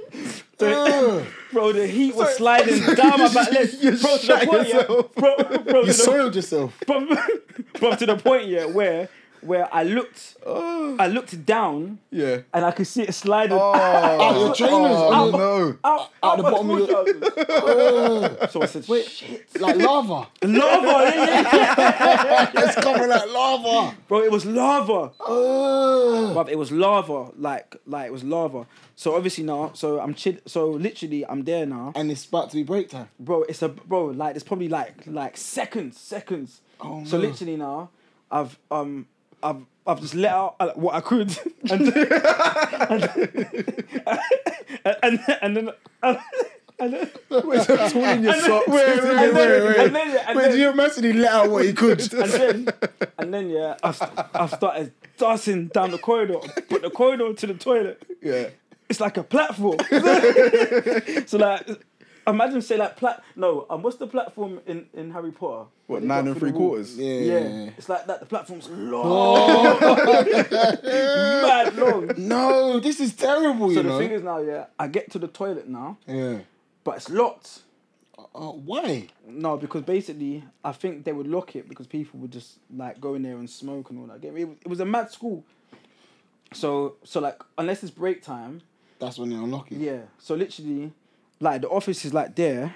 Speaker 1: bro, the heat was sliding down my back. Legs.
Speaker 2: You
Speaker 1: Bro, to the
Speaker 2: shat
Speaker 1: point, yeah.
Speaker 2: yourself.
Speaker 1: bro, bro,
Speaker 2: You
Speaker 1: to the
Speaker 2: soiled yourself.
Speaker 1: but, but to the point yeah where where I looked
Speaker 2: Oh.
Speaker 1: I looked down
Speaker 3: Yeah.
Speaker 1: and I could see it sliding
Speaker 2: Out Ah, your trainers.
Speaker 3: Oh,
Speaker 2: on your-
Speaker 3: no.
Speaker 1: out, out
Speaker 2: Oh. the
Speaker 1: my
Speaker 2: bottom of Oh.
Speaker 1: school trousers. so I said shit
Speaker 2: Like lava.
Speaker 1: lava yeah, yeah, yeah.
Speaker 2: It's coming like lava.
Speaker 1: bro it was lava
Speaker 2: Ugh.
Speaker 1: Bruv, it was lava like like it was lava so obviously now so I'm chill so literally I'm there now
Speaker 2: And it's about to be break time.
Speaker 1: bro it's a bro like it's probably like like seconds seconds
Speaker 2: Oh,
Speaker 1: so
Speaker 2: no.
Speaker 1: literally now I've um I've I've just let out uh, what I could and and and, and then and then
Speaker 3: Wait, so it's all in your socks.
Speaker 2: wait, wait,
Speaker 1: and then,
Speaker 2: wait.
Speaker 1: and then, and then,
Speaker 2: imagine he let out what he could?
Speaker 1: and then, and then, yeah, I've, I've started dancing down the corridor, but the corridor to the toilet,
Speaker 3: Yeah.
Speaker 1: it's like a platform. so like, imagine say like plat. No, um, what's the platform in in Harry Potter? Where
Speaker 3: What,
Speaker 1: they
Speaker 3: nine
Speaker 1: go
Speaker 3: and
Speaker 1: through
Speaker 3: three
Speaker 1: the wall?
Speaker 3: quarters?
Speaker 2: yeah. Oh.
Speaker 1: Yeah, it's like that. The platform's long, mad long.
Speaker 2: No, this is terrible.
Speaker 1: So
Speaker 2: you
Speaker 1: the
Speaker 2: know.
Speaker 1: thing is now, yeah, I get to the toilet now,
Speaker 2: yeah.
Speaker 1: but it's locked.
Speaker 2: Uh, why?
Speaker 1: No, because basically, I think they would lock it because people would just like go in there and smoke and all that. It, it was a mad school. So so like unless it's break time,
Speaker 2: That's when they unlock it.
Speaker 1: yeah. So literally, like the office is like there,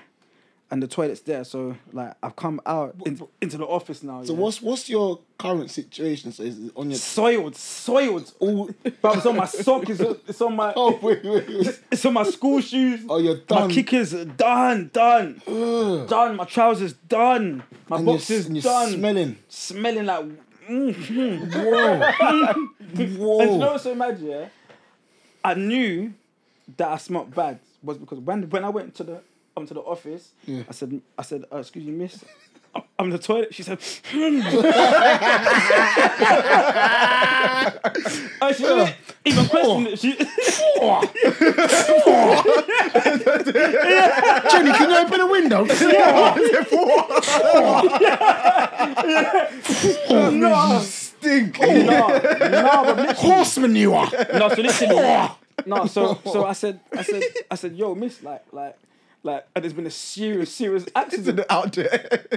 Speaker 1: and the toilet's there. So like I've come out in, into the office now.
Speaker 2: So what's what's your current situation? So is it on your?
Speaker 1: soiled, soiled all. But it's on my sock. It's, it's on my.
Speaker 2: Oh wait, wait, wait.
Speaker 1: It's on my school shoes.
Speaker 2: Oh, you're done.
Speaker 1: My kickers are done, done,
Speaker 2: Ugh.
Speaker 1: done. My trousers done. My
Speaker 2: And you're,
Speaker 1: boxers
Speaker 2: and you're
Speaker 1: done.
Speaker 2: smelling.
Speaker 1: smelling like. Mhm.
Speaker 2: Whoa.
Speaker 1: And you know
Speaker 2: Whoa.
Speaker 1: what's so mad, yeah? I knew that I smelled bad was because when when I went to the um, to the office,
Speaker 2: Yeah.
Speaker 1: I said I said uh, excuse me, miss. I'm- I'm in the toilet. She said, oh, she didn't even question it. She,
Speaker 2: Jenny, can you open a window? Oh.
Speaker 1: no,
Speaker 3: Stink.
Speaker 1: no, no, but literally-
Speaker 2: Horse manure.
Speaker 1: No, so literally, no, so so I said, I said, I said, yo, miss, like, like, like, and there's been a serious, serious accident
Speaker 3: Out there.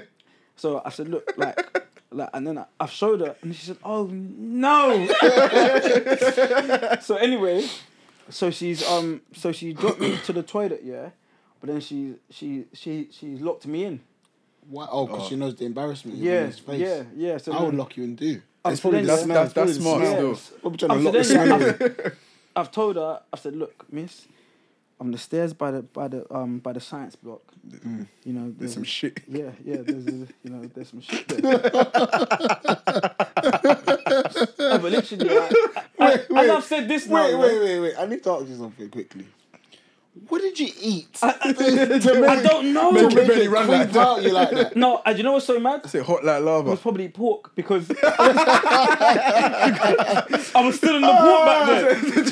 Speaker 1: So I said, look, like, like, and then I, I showed her, and she said, oh no. so anyway, so she's um, so she dropped me to the toilet, yeah, but then she she she she locked me in.
Speaker 2: Why? Oh, because she knows the embarrassment. you're in
Speaker 1: Yeah,
Speaker 2: his face.
Speaker 1: yeah, yeah. So
Speaker 2: I would
Speaker 1: then-
Speaker 2: lock you and do.
Speaker 1: I'm
Speaker 2: it's probably
Speaker 1: saying
Speaker 2: the
Speaker 1: that-
Speaker 2: smell. it's
Speaker 3: that's-
Speaker 2: probably
Speaker 3: that's
Speaker 2: the smell.
Speaker 3: smart still.
Speaker 1: so
Speaker 2: Probably trying to
Speaker 1: I'm
Speaker 2: lock the
Speaker 1: saying,
Speaker 2: smell in.
Speaker 1: I've, I've told her, I said, look, miss, on the stairs by the by the um by the science block. You know,
Speaker 3: Mm. There's some shit.
Speaker 1: Yeah, yeah. There's, there's you know, there's some shit. There. no, but literally, like, as
Speaker 2: wait.
Speaker 1: I've said this now,
Speaker 2: Wait,
Speaker 1: man,
Speaker 2: wait, wait, wait. I need to ask you something quickly. What did you eat? I,
Speaker 1: I don't know.
Speaker 3: Make it barely run like that.
Speaker 2: out you like that.
Speaker 1: No, and you know what's so mad? It
Speaker 3: Say hot like lava.
Speaker 1: was probably pork because I was still in the
Speaker 3: Oh,
Speaker 1: pork back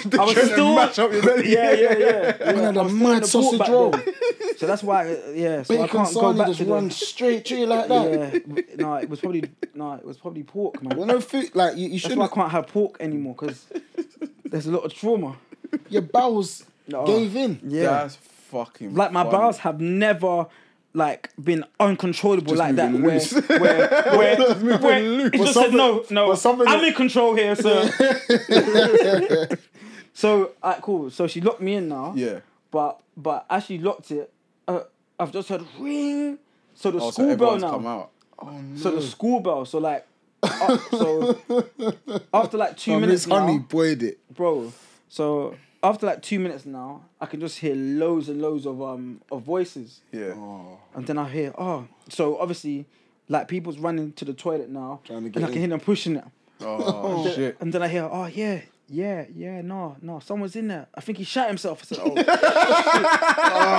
Speaker 1: there. I was
Speaker 3: Trying to
Speaker 1: still
Speaker 3: mash up your belly.
Speaker 1: yeah, yeah, yeah. yeah.
Speaker 2: had a
Speaker 1: I was still in
Speaker 2: mad
Speaker 1: the
Speaker 2: sausage
Speaker 1: pork back
Speaker 2: roll.
Speaker 1: then. So that's why, uh, yeah. So I
Speaker 2: Bacon
Speaker 1: can't go
Speaker 2: sarnie
Speaker 1: back
Speaker 2: just
Speaker 1: to the-
Speaker 2: runs straight to you like that.
Speaker 1: Yeah, no, it was probably no, it was probably pork, man.
Speaker 2: Well, no food. Like you, you
Speaker 1: That's why I
Speaker 2: shouldn't.
Speaker 1: can't have pork anymore because there's a lot of trauma.
Speaker 2: Your bowels
Speaker 1: No.
Speaker 2: gave in.
Speaker 1: Yeah,
Speaker 3: That's fucking.
Speaker 1: like my
Speaker 3: funny.
Speaker 1: bowels have never like been uncontrollable like that.
Speaker 3: moving
Speaker 1: Where,
Speaker 3: loose.
Speaker 1: where, where, where, it just said no, no.
Speaker 2: but something-
Speaker 1: I'm in control here, sir. so, alright, cool. So she locked me in now.
Speaker 3: Yeah.
Speaker 1: But but as she locked it, uh, I've just heard ring. So the
Speaker 3: Oh, so
Speaker 1: school bell
Speaker 3: everyone's
Speaker 1: now. Oh,
Speaker 3: come out. Mm.
Speaker 1: So the school bell. So like, uh, so after like two
Speaker 2: Oh, Miss
Speaker 1: minutes
Speaker 2: Honey
Speaker 1: now,
Speaker 2: boiled it.
Speaker 1: bro. So after like two minutes now, I can just hear loads and loads of um of voices,
Speaker 3: Yeah.
Speaker 1: and then I hear oh, so obviously, like people's running to the toilet now,
Speaker 2: Trying to get
Speaker 1: and I
Speaker 2: in.
Speaker 1: can hear them pushing it,
Speaker 3: Oh shit.
Speaker 1: and then I hear oh yeah. Yeah, yeah, no, no, someone's in there. I think he shot himself. I said, oh,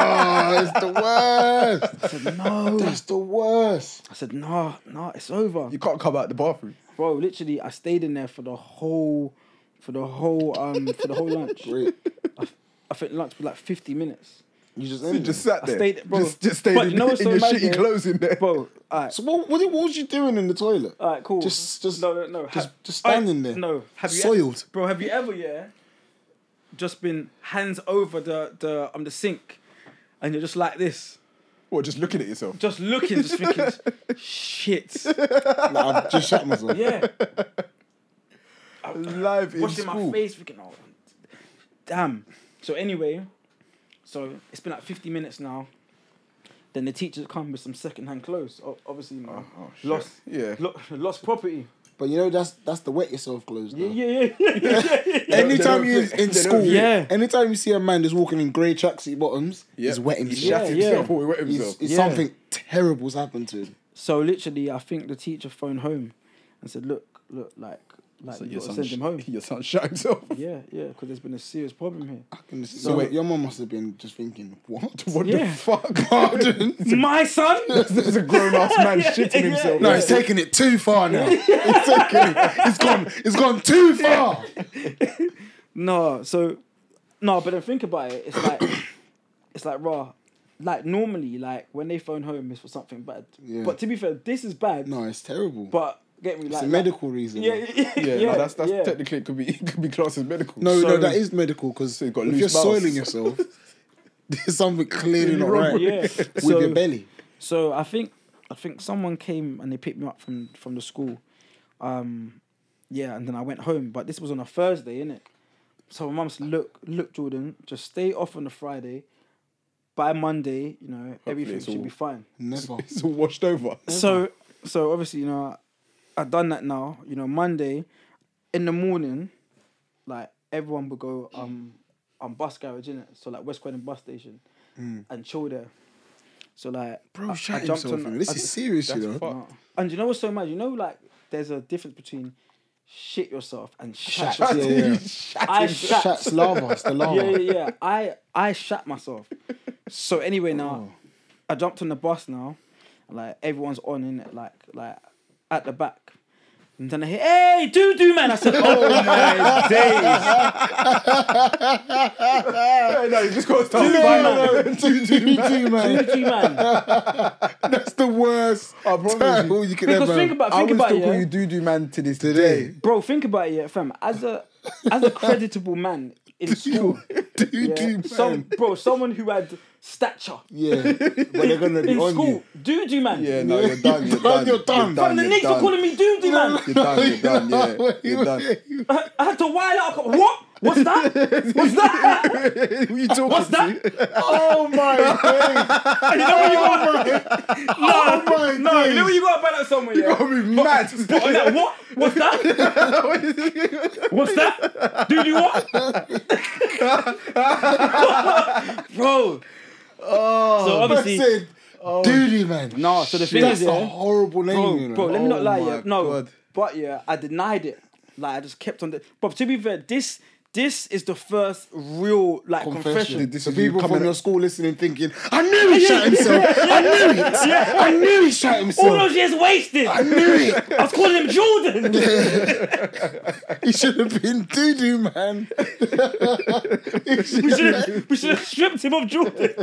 Speaker 2: Oh, it's the
Speaker 1: I
Speaker 2: worst.
Speaker 1: said no.
Speaker 2: That's the worst.
Speaker 1: I said no, no, it's over,
Speaker 3: You can't come out the bathroom.
Speaker 1: bro. Literally, I stayed in there for the whole, for the whole, um, for the whole lunch.
Speaker 2: Great.
Speaker 1: I think lunch was like fifty minutes.
Speaker 2: You just
Speaker 3: You
Speaker 2: ended.
Speaker 3: just
Speaker 2: it.
Speaker 3: sat
Speaker 1: I
Speaker 3: there.
Speaker 1: stayed- bro.
Speaker 3: Just, just stayed
Speaker 1: But
Speaker 3: in,
Speaker 1: you know
Speaker 3: in
Speaker 1: what's so
Speaker 3: your
Speaker 1: mad,
Speaker 3: shitty
Speaker 1: yeah?
Speaker 3: clothes in there.
Speaker 1: Bro, alright.
Speaker 2: So what, what? What was you doing in the toilet?
Speaker 1: Alright, cool.
Speaker 2: Just- just-
Speaker 1: no, no, no. Uh, Ha-
Speaker 2: just- just standing
Speaker 1: Alright,
Speaker 2: there.
Speaker 1: No, have you
Speaker 2: Soiled.
Speaker 1: bro? Have you ever, yeah, just been hands over the the um the sink, and you're just like this,
Speaker 3: What? Just looking at yourself.
Speaker 1: just looking, just thinking, shit,
Speaker 2: Like, I just shut myself.
Speaker 1: yeah,
Speaker 3: Live in
Speaker 1: washing
Speaker 3: school.
Speaker 1: my face, freaking oh, damn. So anyway, so it's been like fifty minutes now. Then the teachers come with some second-hand clothes. O- obviously, my
Speaker 3: Oh, shit.
Speaker 1: lost,
Speaker 3: Yeah.
Speaker 1: lo- lost property.
Speaker 2: But you know that's that's the wet yourself clothes.
Speaker 3: Oh.
Speaker 2: Though.
Speaker 1: Yeah, yeah, yeah, yeah, yeah, yeah.
Speaker 2: Anytime
Speaker 3: They
Speaker 2: you
Speaker 3: don't
Speaker 2: in
Speaker 3: fit.
Speaker 2: in
Speaker 3: They don't
Speaker 2: school,
Speaker 1: fit. Yeah.
Speaker 2: anytime you see a man just walking in grey tracksuit bottoms,
Speaker 3: Yeah.
Speaker 2: he's wet
Speaker 3: He
Speaker 2: himself.
Speaker 3: shat
Speaker 1: Yeah,
Speaker 3: himself
Speaker 1: yeah.
Speaker 3: or he wet
Speaker 2: He's,
Speaker 3: himself.
Speaker 2: it's
Speaker 1: Yeah.
Speaker 2: something terrible's happened to him.
Speaker 1: So literally, I think the teacher phoned home and said, "Look, look, like, like
Speaker 3: So
Speaker 1: you
Speaker 3: your
Speaker 1: gotta
Speaker 3: son,
Speaker 1: send him home."
Speaker 3: sh- your son shot himself.
Speaker 1: Yeah, yeah, because there's been a serious problem here.
Speaker 2: I can just-
Speaker 3: So
Speaker 2: your,
Speaker 3: wait.
Speaker 2: your mom must have been just thinking, what?
Speaker 3: What
Speaker 1: Yeah.
Speaker 3: the fuck? Pardon?
Speaker 1: My son?
Speaker 3: There's a grown ass man
Speaker 1: Yeah,
Speaker 3: shitting
Speaker 1: yeah,
Speaker 3: himself.
Speaker 2: No, he's taking it too far now. He's taking it. It's gone. It's gone too far.
Speaker 1: no, so no, but then think about it. It's like, it's like raw. Like normally, like when they phone home, it's for something bad.
Speaker 2: Yeah.
Speaker 1: But to be fair, this is bad.
Speaker 2: No, it's terrible.
Speaker 1: But get me like
Speaker 2: it's a
Speaker 1: like-
Speaker 2: medical reason.
Speaker 1: Yeah, yeah, yeah.
Speaker 3: yeah, no, that's that's
Speaker 1: yeah.
Speaker 3: technically it could be it could be classed as medical.
Speaker 2: No, no,
Speaker 1: So-
Speaker 2: that is medical because
Speaker 3: So you've
Speaker 2: if
Speaker 3: got
Speaker 2: you're
Speaker 3: loose bowels.
Speaker 2: soiling yourself, there's something clearly not
Speaker 3: Wrong
Speaker 2: right
Speaker 3: with-
Speaker 1: Yeah.
Speaker 2: with
Speaker 1: so,
Speaker 2: your belly.
Speaker 1: So I think I think someone came and they picked me up from from the school. Um, yeah, and then I went home. But this was on a Thursday, innit? So my mum said, "Look, look, Jordan, just stay off on the Friday. By Monday, you know, everything
Speaker 3: it's
Speaker 1: should
Speaker 3: all-
Speaker 1: be fine."
Speaker 2: Never.
Speaker 3: It's all washed over.
Speaker 1: So
Speaker 2: Mm-hmm.
Speaker 1: so obviously, you know, I've done that now. You know, Monday in the morning, like everyone would go um on bus garage, innit? So like West Croydon bus station and chill there. So like
Speaker 2: Mm. Bro,
Speaker 1: I- I
Speaker 2: shut
Speaker 1: jumped
Speaker 2: yourself.
Speaker 1: on-
Speaker 2: you know. This
Speaker 1: I-
Speaker 2: is serious, you
Speaker 3: That's
Speaker 2: know.
Speaker 3: fucked.
Speaker 1: no. And you know what's so mad? You know, like there's a difference between shit yourself and shat.
Speaker 2: Shat,
Speaker 1: yourself.
Speaker 2: yeah, yeah.
Speaker 1: I shat.
Speaker 2: Shat's lava. It's the lava.
Speaker 1: Yeah, yeah, yeah. I I shat myself. So anyway,
Speaker 2: Oh.
Speaker 1: now I jumped on the bus. Now, like everyone's on in it, like like at the back. And then I hear, "Hey, doo doo man!" I said, "Oh my days!"
Speaker 3: no, no, you just got to start
Speaker 2: No,
Speaker 3: fighting.
Speaker 2: no, no, do, do, do, man.
Speaker 1: Doo doo man.
Speaker 2: That's the worst.
Speaker 3: I promise you.
Speaker 2: Terrible you could
Speaker 1: Because
Speaker 2: ever.
Speaker 1: think about,
Speaker 3: I
Speaker 1: think
Speaker 3: would
Speaker 1: about
Speaker 3: still
Speaker 1: it.
Speaker 3: call
Speaker 1: yeah.
Speaker 3: you doo doo man to this
Speaker 2: Today.
Speaker 3: day.
Speaker 1: Bro, think about it, yeah, fam. As a as a creditable man in school,
Speaker 2: do, do,
Speaker 1: yeah,
Speaker 2: man.
Speaker 1: some bro, someone who had stature.
Speaker 2: Yeah, but they're gonna be
Speaker 1: in
Speaker 2: on
Speaker 1: school.
Speaker 2: you.
Speaker 1: Doo-doo man.
Speaker 3: Yeah, no, you're done. You're done.
Speaker 2: You're done.
Speaker 1: Fam, the Knicks were calling me doo-doo man.
Speaker 2: Oh
Speaker 3: You're done. You're done. Yeah, you're done.
Speaker 1: I had to wild out. What? What's that? What's that?
Speaker 3: Who you talking
Speaker 1: What's that?
Speaker 3: to?
Speaker 2: Oh my days!
Speaker 1: you know when you got
Speaker 2: Oh my
Speaker 1: no, no, you know when
Speaker 2: days!
Speaker 1: you got balance someone. Yeah?
Speaker 3: I'll be mad.
Speaker 1: Put on that, what? What's that? What's that? Dude, you what? Bro. Oh, so obviously,
Speaker 2: Said, Duty man.
Speaker 1: no. So the thing
Speaker 2: That's
Speaker 1: is,
Speaker 2: a
Speaker 1: yeah,
Speaker 2: horrible name.
Speaker 1: bro,
Speaker 2: you know.
Speaker 1: bro, let me
Speaker 3: Oh
Speaker 1: not lie,
Speaker 3: my
Speaker 1: yeah, no,
Speaker 3: God.
Speaker 1: but yeah, I denied it. Like I just kept on. The, but to be fair, this this is the first real like confession.
Speaker 3: This
Speaker 2: The
Speaker 3: is you
Speaker 2: people
Speaker 3: coming
Speaker 2: from
Speaker 3: at-
Speaker 2: your school listening, thinking, "I knew he shot himself. I knew it. I knew he shot
Speaker 1: All
Speaker 2: himself.
Speaker 1: those years wasted. I
Speaker 2: knew it.
Speaker 1: was calling him Jordan.
Speaker 2: He should have been doo-doo man. he
Speaker 1: we
Speaker 2: should
Speaker 1: should have we should have stripped him of Jordan.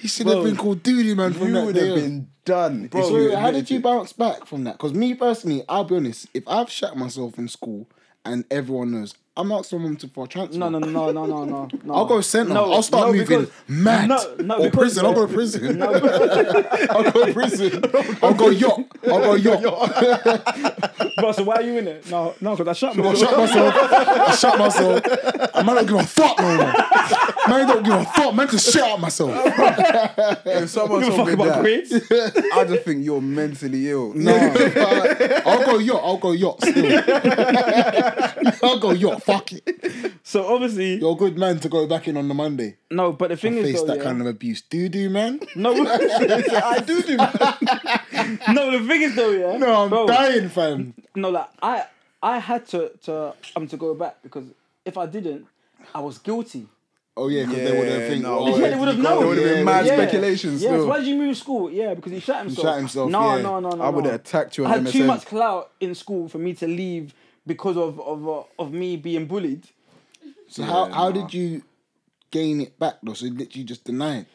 Speaker 2: he should have been called doo-doo man from
Speaker 3: You
Speaker 2: that
Speaker 3: would
Speaker 2: day
Speaker 3: have
Speaker 2: on.
Speaker 3: been done. if
Speaker 2: So how
Speaker 3: admitted
Speaker 2: did you
Speaker 3: it.
Speaker 2: bounce back from that? Because me personally, I'll be honest. If I've shat myself in school and everyone knows, I'm not someone to for a transfer.
Speaker 1: No, no, no, no, no, no, no.
Speaker 2: I'll go centre. I'll start
Speaker 1: no,
Speaker 2: moving
Speaker 1: because-
Speaker 2: mad.
Speaker 1: No, no,
Speaker 2: or
Speaker 1: because-
Speaker 2: prison. I'll go to prison.
Speaker 1: No, but-
Speaker 2: I'll go to prison. I'll go yacht. I'll go yacht.
Speaker 1: bro, so why are you in it? No, no, because I shot
Speaker 2: I
Speaker 1: myself.
Speaker 2: shot myself. I shot myself. I man don't give a fuck no more. Man don't give a fuck. Man can shit out myself.
Speaker 3: If someone
Speaker 1: Give a fuck
Speaker 3: told me
Speaker 1: about
Speaker 3: that,
Speaker 1: grades.
Speaker 3: I just think you're mentally ill.
Speaker 1: Oh
Speaker 2: No, I'll go yacht. I'll go yacht still. I'll go yacht. Fuck it.
Speaker 1: So obviously,
Speaker 2: You're a good man to go back in on the Monday.
Speaker 1: no. But the thing is,
Speaker 2: face
Speaker 1: though,
Speaker 2: that
Speaker 1: yeah,
Speaker 2: kind of abuse. Do do man.
Speaker 1: no,
Speaker 3: I do do. man.
Speaker 1: no. The thing is, though, yeah.
Speaker 2: No, I'm
Speaker 1: bro,
Speaker 2: dying, fam.
Speaker 1: No, like I, I had to to um to go back because if I didn't, I was guilty.
Speaker 2: Oh yeah, because they
Speaker 3: Yeah,
Speaker 2: would have think.
Speaker 3: no,
Speaker 2: oh,
Speaker 1: Yeah,
Speaker 3: yeah, they
Speaker 1: they
Speaker 2: did
Speaker 1: would have
Speaker 2: he go?
Speaker 1: known.
Speaker 3: There would've been
Speaker 2: Yeah,
Speaker 3: mad
Speaker 2: yeah.
Speaker 3: speculation
Speaker 1: Yeah,
Speaker 3: still.
Speaker 1: so why did you move to school? Yeah, because he shot himself.
Speaker 2: shot himself,
Speaker 1: No,
Speaker 2: yeah.
Speaker 1: no, no, no.
Speaker 3: I would
Speaker 1: no.
Speaker 3: have attacked you on
Speaker 1: I had
Speaker 3: MSN.
Speaker 1: too much clout in school for me to leave because of of uh, of me being bullied.
Speaker 2: So how
Speaker 3: Yeah,
Speaker 2: how
Speaker 3: nah.
Speaker 2: did you gain it back though? So you literally just denied.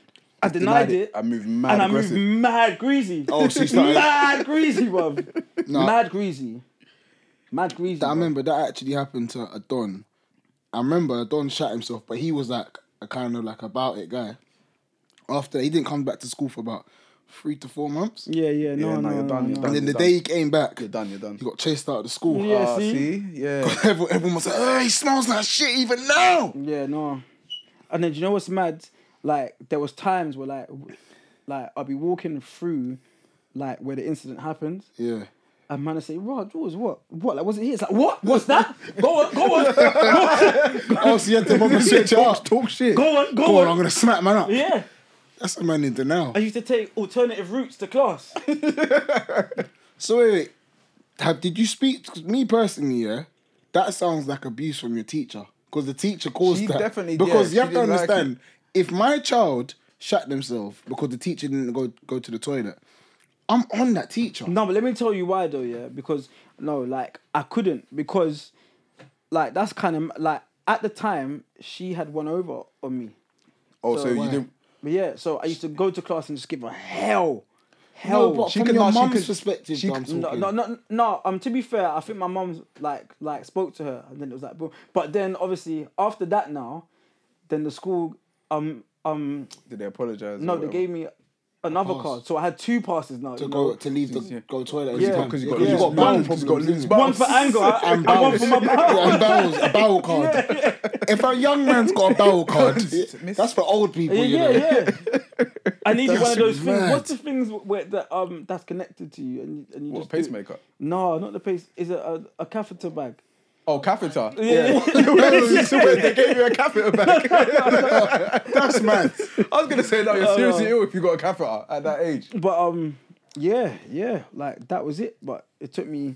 Speaker 1: I denied, it.
Speaker 3: I moved mad
Speaker 1: and I moved
Speaker 3: aggressive.
Speaker 1: mad greasy.
Speaker 2: Oh, so you started-
Speaker 1: mad greasy, bruv.
Speaker 2: Nah.
Speaker 1: Mad greasy. Mad greasy.
Speaker 2: I
Speaker 1: bruv.
Speaker 2: remember that actually happened to a Don. I remember a Don shot himself, but he was like a kind of like about it guy. After he didn't come back to school for about three to four months,
Speaker 1: Yeah, yeah, no,
Speaker 3: Yeah,
Speaker 1: no,
Speaker 3: no, you're
Speaker 1: no,
Speaker 3: done, you're
Speaker 1: no.
Speaker 3: done.
Speaker 2: and then the day he came back,
Speaker 3: You're done. You're done.
Speaker 2: he got chased out of the school.
Speaker 1: Yeah,
Speaker 3: Ah,
Speaker 1: see?
Speaker 3: see, yeah.
Speaker 2: Everyone, everyone was like, oh, he smells like shit even now.
Speaker 1: Yeah, no. And then do you know what's mad? Like there was times where like, w- like I'll be walking through, like where the incident happened,
Speaker 2: Yeah.
Speaker 1: and man, I say, "Rod, what was what? What? Like was it here?" It's like, "What? What's that? go on, go on, go on,
Speaker 2: Oh, so you had to mama switch it up. Talk shit.
Speaker 1: go on, go
Speaker 2: Go on, I'm
Speaker 1: on."
Speaker 2: gonna smack man up.
Speaker 1: Yeah,
Speaker 2: That's a man in denial.
Speaker 1: I used to take alternative routes to class.
Speaker 2: So wait, wait. Have, did you speak? 'cause me personally, yeah. That sounds like abuse from your teacher because the teacher caused
Speaker 3: She
Speaker 2: that.
Speaker 3: definitely-
Speaker 2: because
Speaker 3: yeah,
Speaker 2: you
Speaker 3: she
Speaker 2: have to
Speaker 3: didn't like
Speaker 2: understand if my child shut themselves because the teacher didn't go go to the toilet, I'm on that teacher.
Speaker 1: No, but let me tell you why though, yeah. Because no, like I couldn't because, like that's kind of like at the time she had won over on me.
Speaker 3: Oh, so,
Speaker 1: So
Speaker 3: you
Speaker 1: why?
Speaker 3: didn't.
Speaker 1: But yeah, so I used to go to class and just give her hell,
Speaker 2: No,
Speaker 1: hell.
Speaker 2: but
Speaker 3: She
Speaker 2: from
Speaker 3: could-
Speaker 2: your
Speaker 3: no, she
Speaker 2: mum's
Speaker 3: could-
Speaker 2: perspective,
Speaker 3: she
Speaker 2: though, I'm
Speaker 3: could-
Speaker 1: no,
Speaker 2: talking.
Speaker 1: no, no, no. Um, to be fair, I think my mum's like like spoke to her, and then it was like, boom. But then obviously after that now, then the school um um
Speaker 3: Did they apologize?
Speaker 1: no, they gave me another
Speaker 2: pass.
Speaker 1: card, so I had two passes now.
Speaker 2: to
Speaker 1: you
Speaker 2: go
Speaker 1: know?
Speaker 2: to leave the go to the toilet.
Speaker 1: Yeah.
Speaker 2: every time.
Speaker 3: because you got
Speaker 2: Yeah,
Speaker 3: loose
Speaker 2: you got
Speaker 3: bowels.
Speaker 2: bowel
Speaker 3: You got
Speaker 2: problems.
Speaker 3: loose
Speaker 2: innit?
Speaker 3: bowels.
Speaker 1: one for anger and, one for my bowel.
Speaker 2: Yeah, and bowels, a bowel card. If a young man's got a bowel card,
Speaker 3: miss.
Speaker 2: that's for old people. you
Speaker 1: Yeah,
Speaker 2: know.
Speaker 1: yeah. I needed one
Speaker 2: That's
Speaker 1: of those
Speaker 2: mad.
Speaker 1: things. What's the things where that um that's connected to you and you, and you
Speaker 3: What
Speaker 1: just do it?
Speaker 3: pacemaker?
Speaker 1: No, not the pace. Is it a, a catheter bag?
Speaker 3: Oh, catheter.
Speaker 1: Yeah.
Speaker 3: they gave you a catheter back.
Speaker 2: That's mad.
Speaker 3: I was gonna say Oh, no. You're
Speaker 1: No,
Speaker 3: seriously
Speaker 1: no.
Speaker 3: ill if you got a catheter at that age.
Speaker 1: But um, yeah, yeah, like that was it. But it took me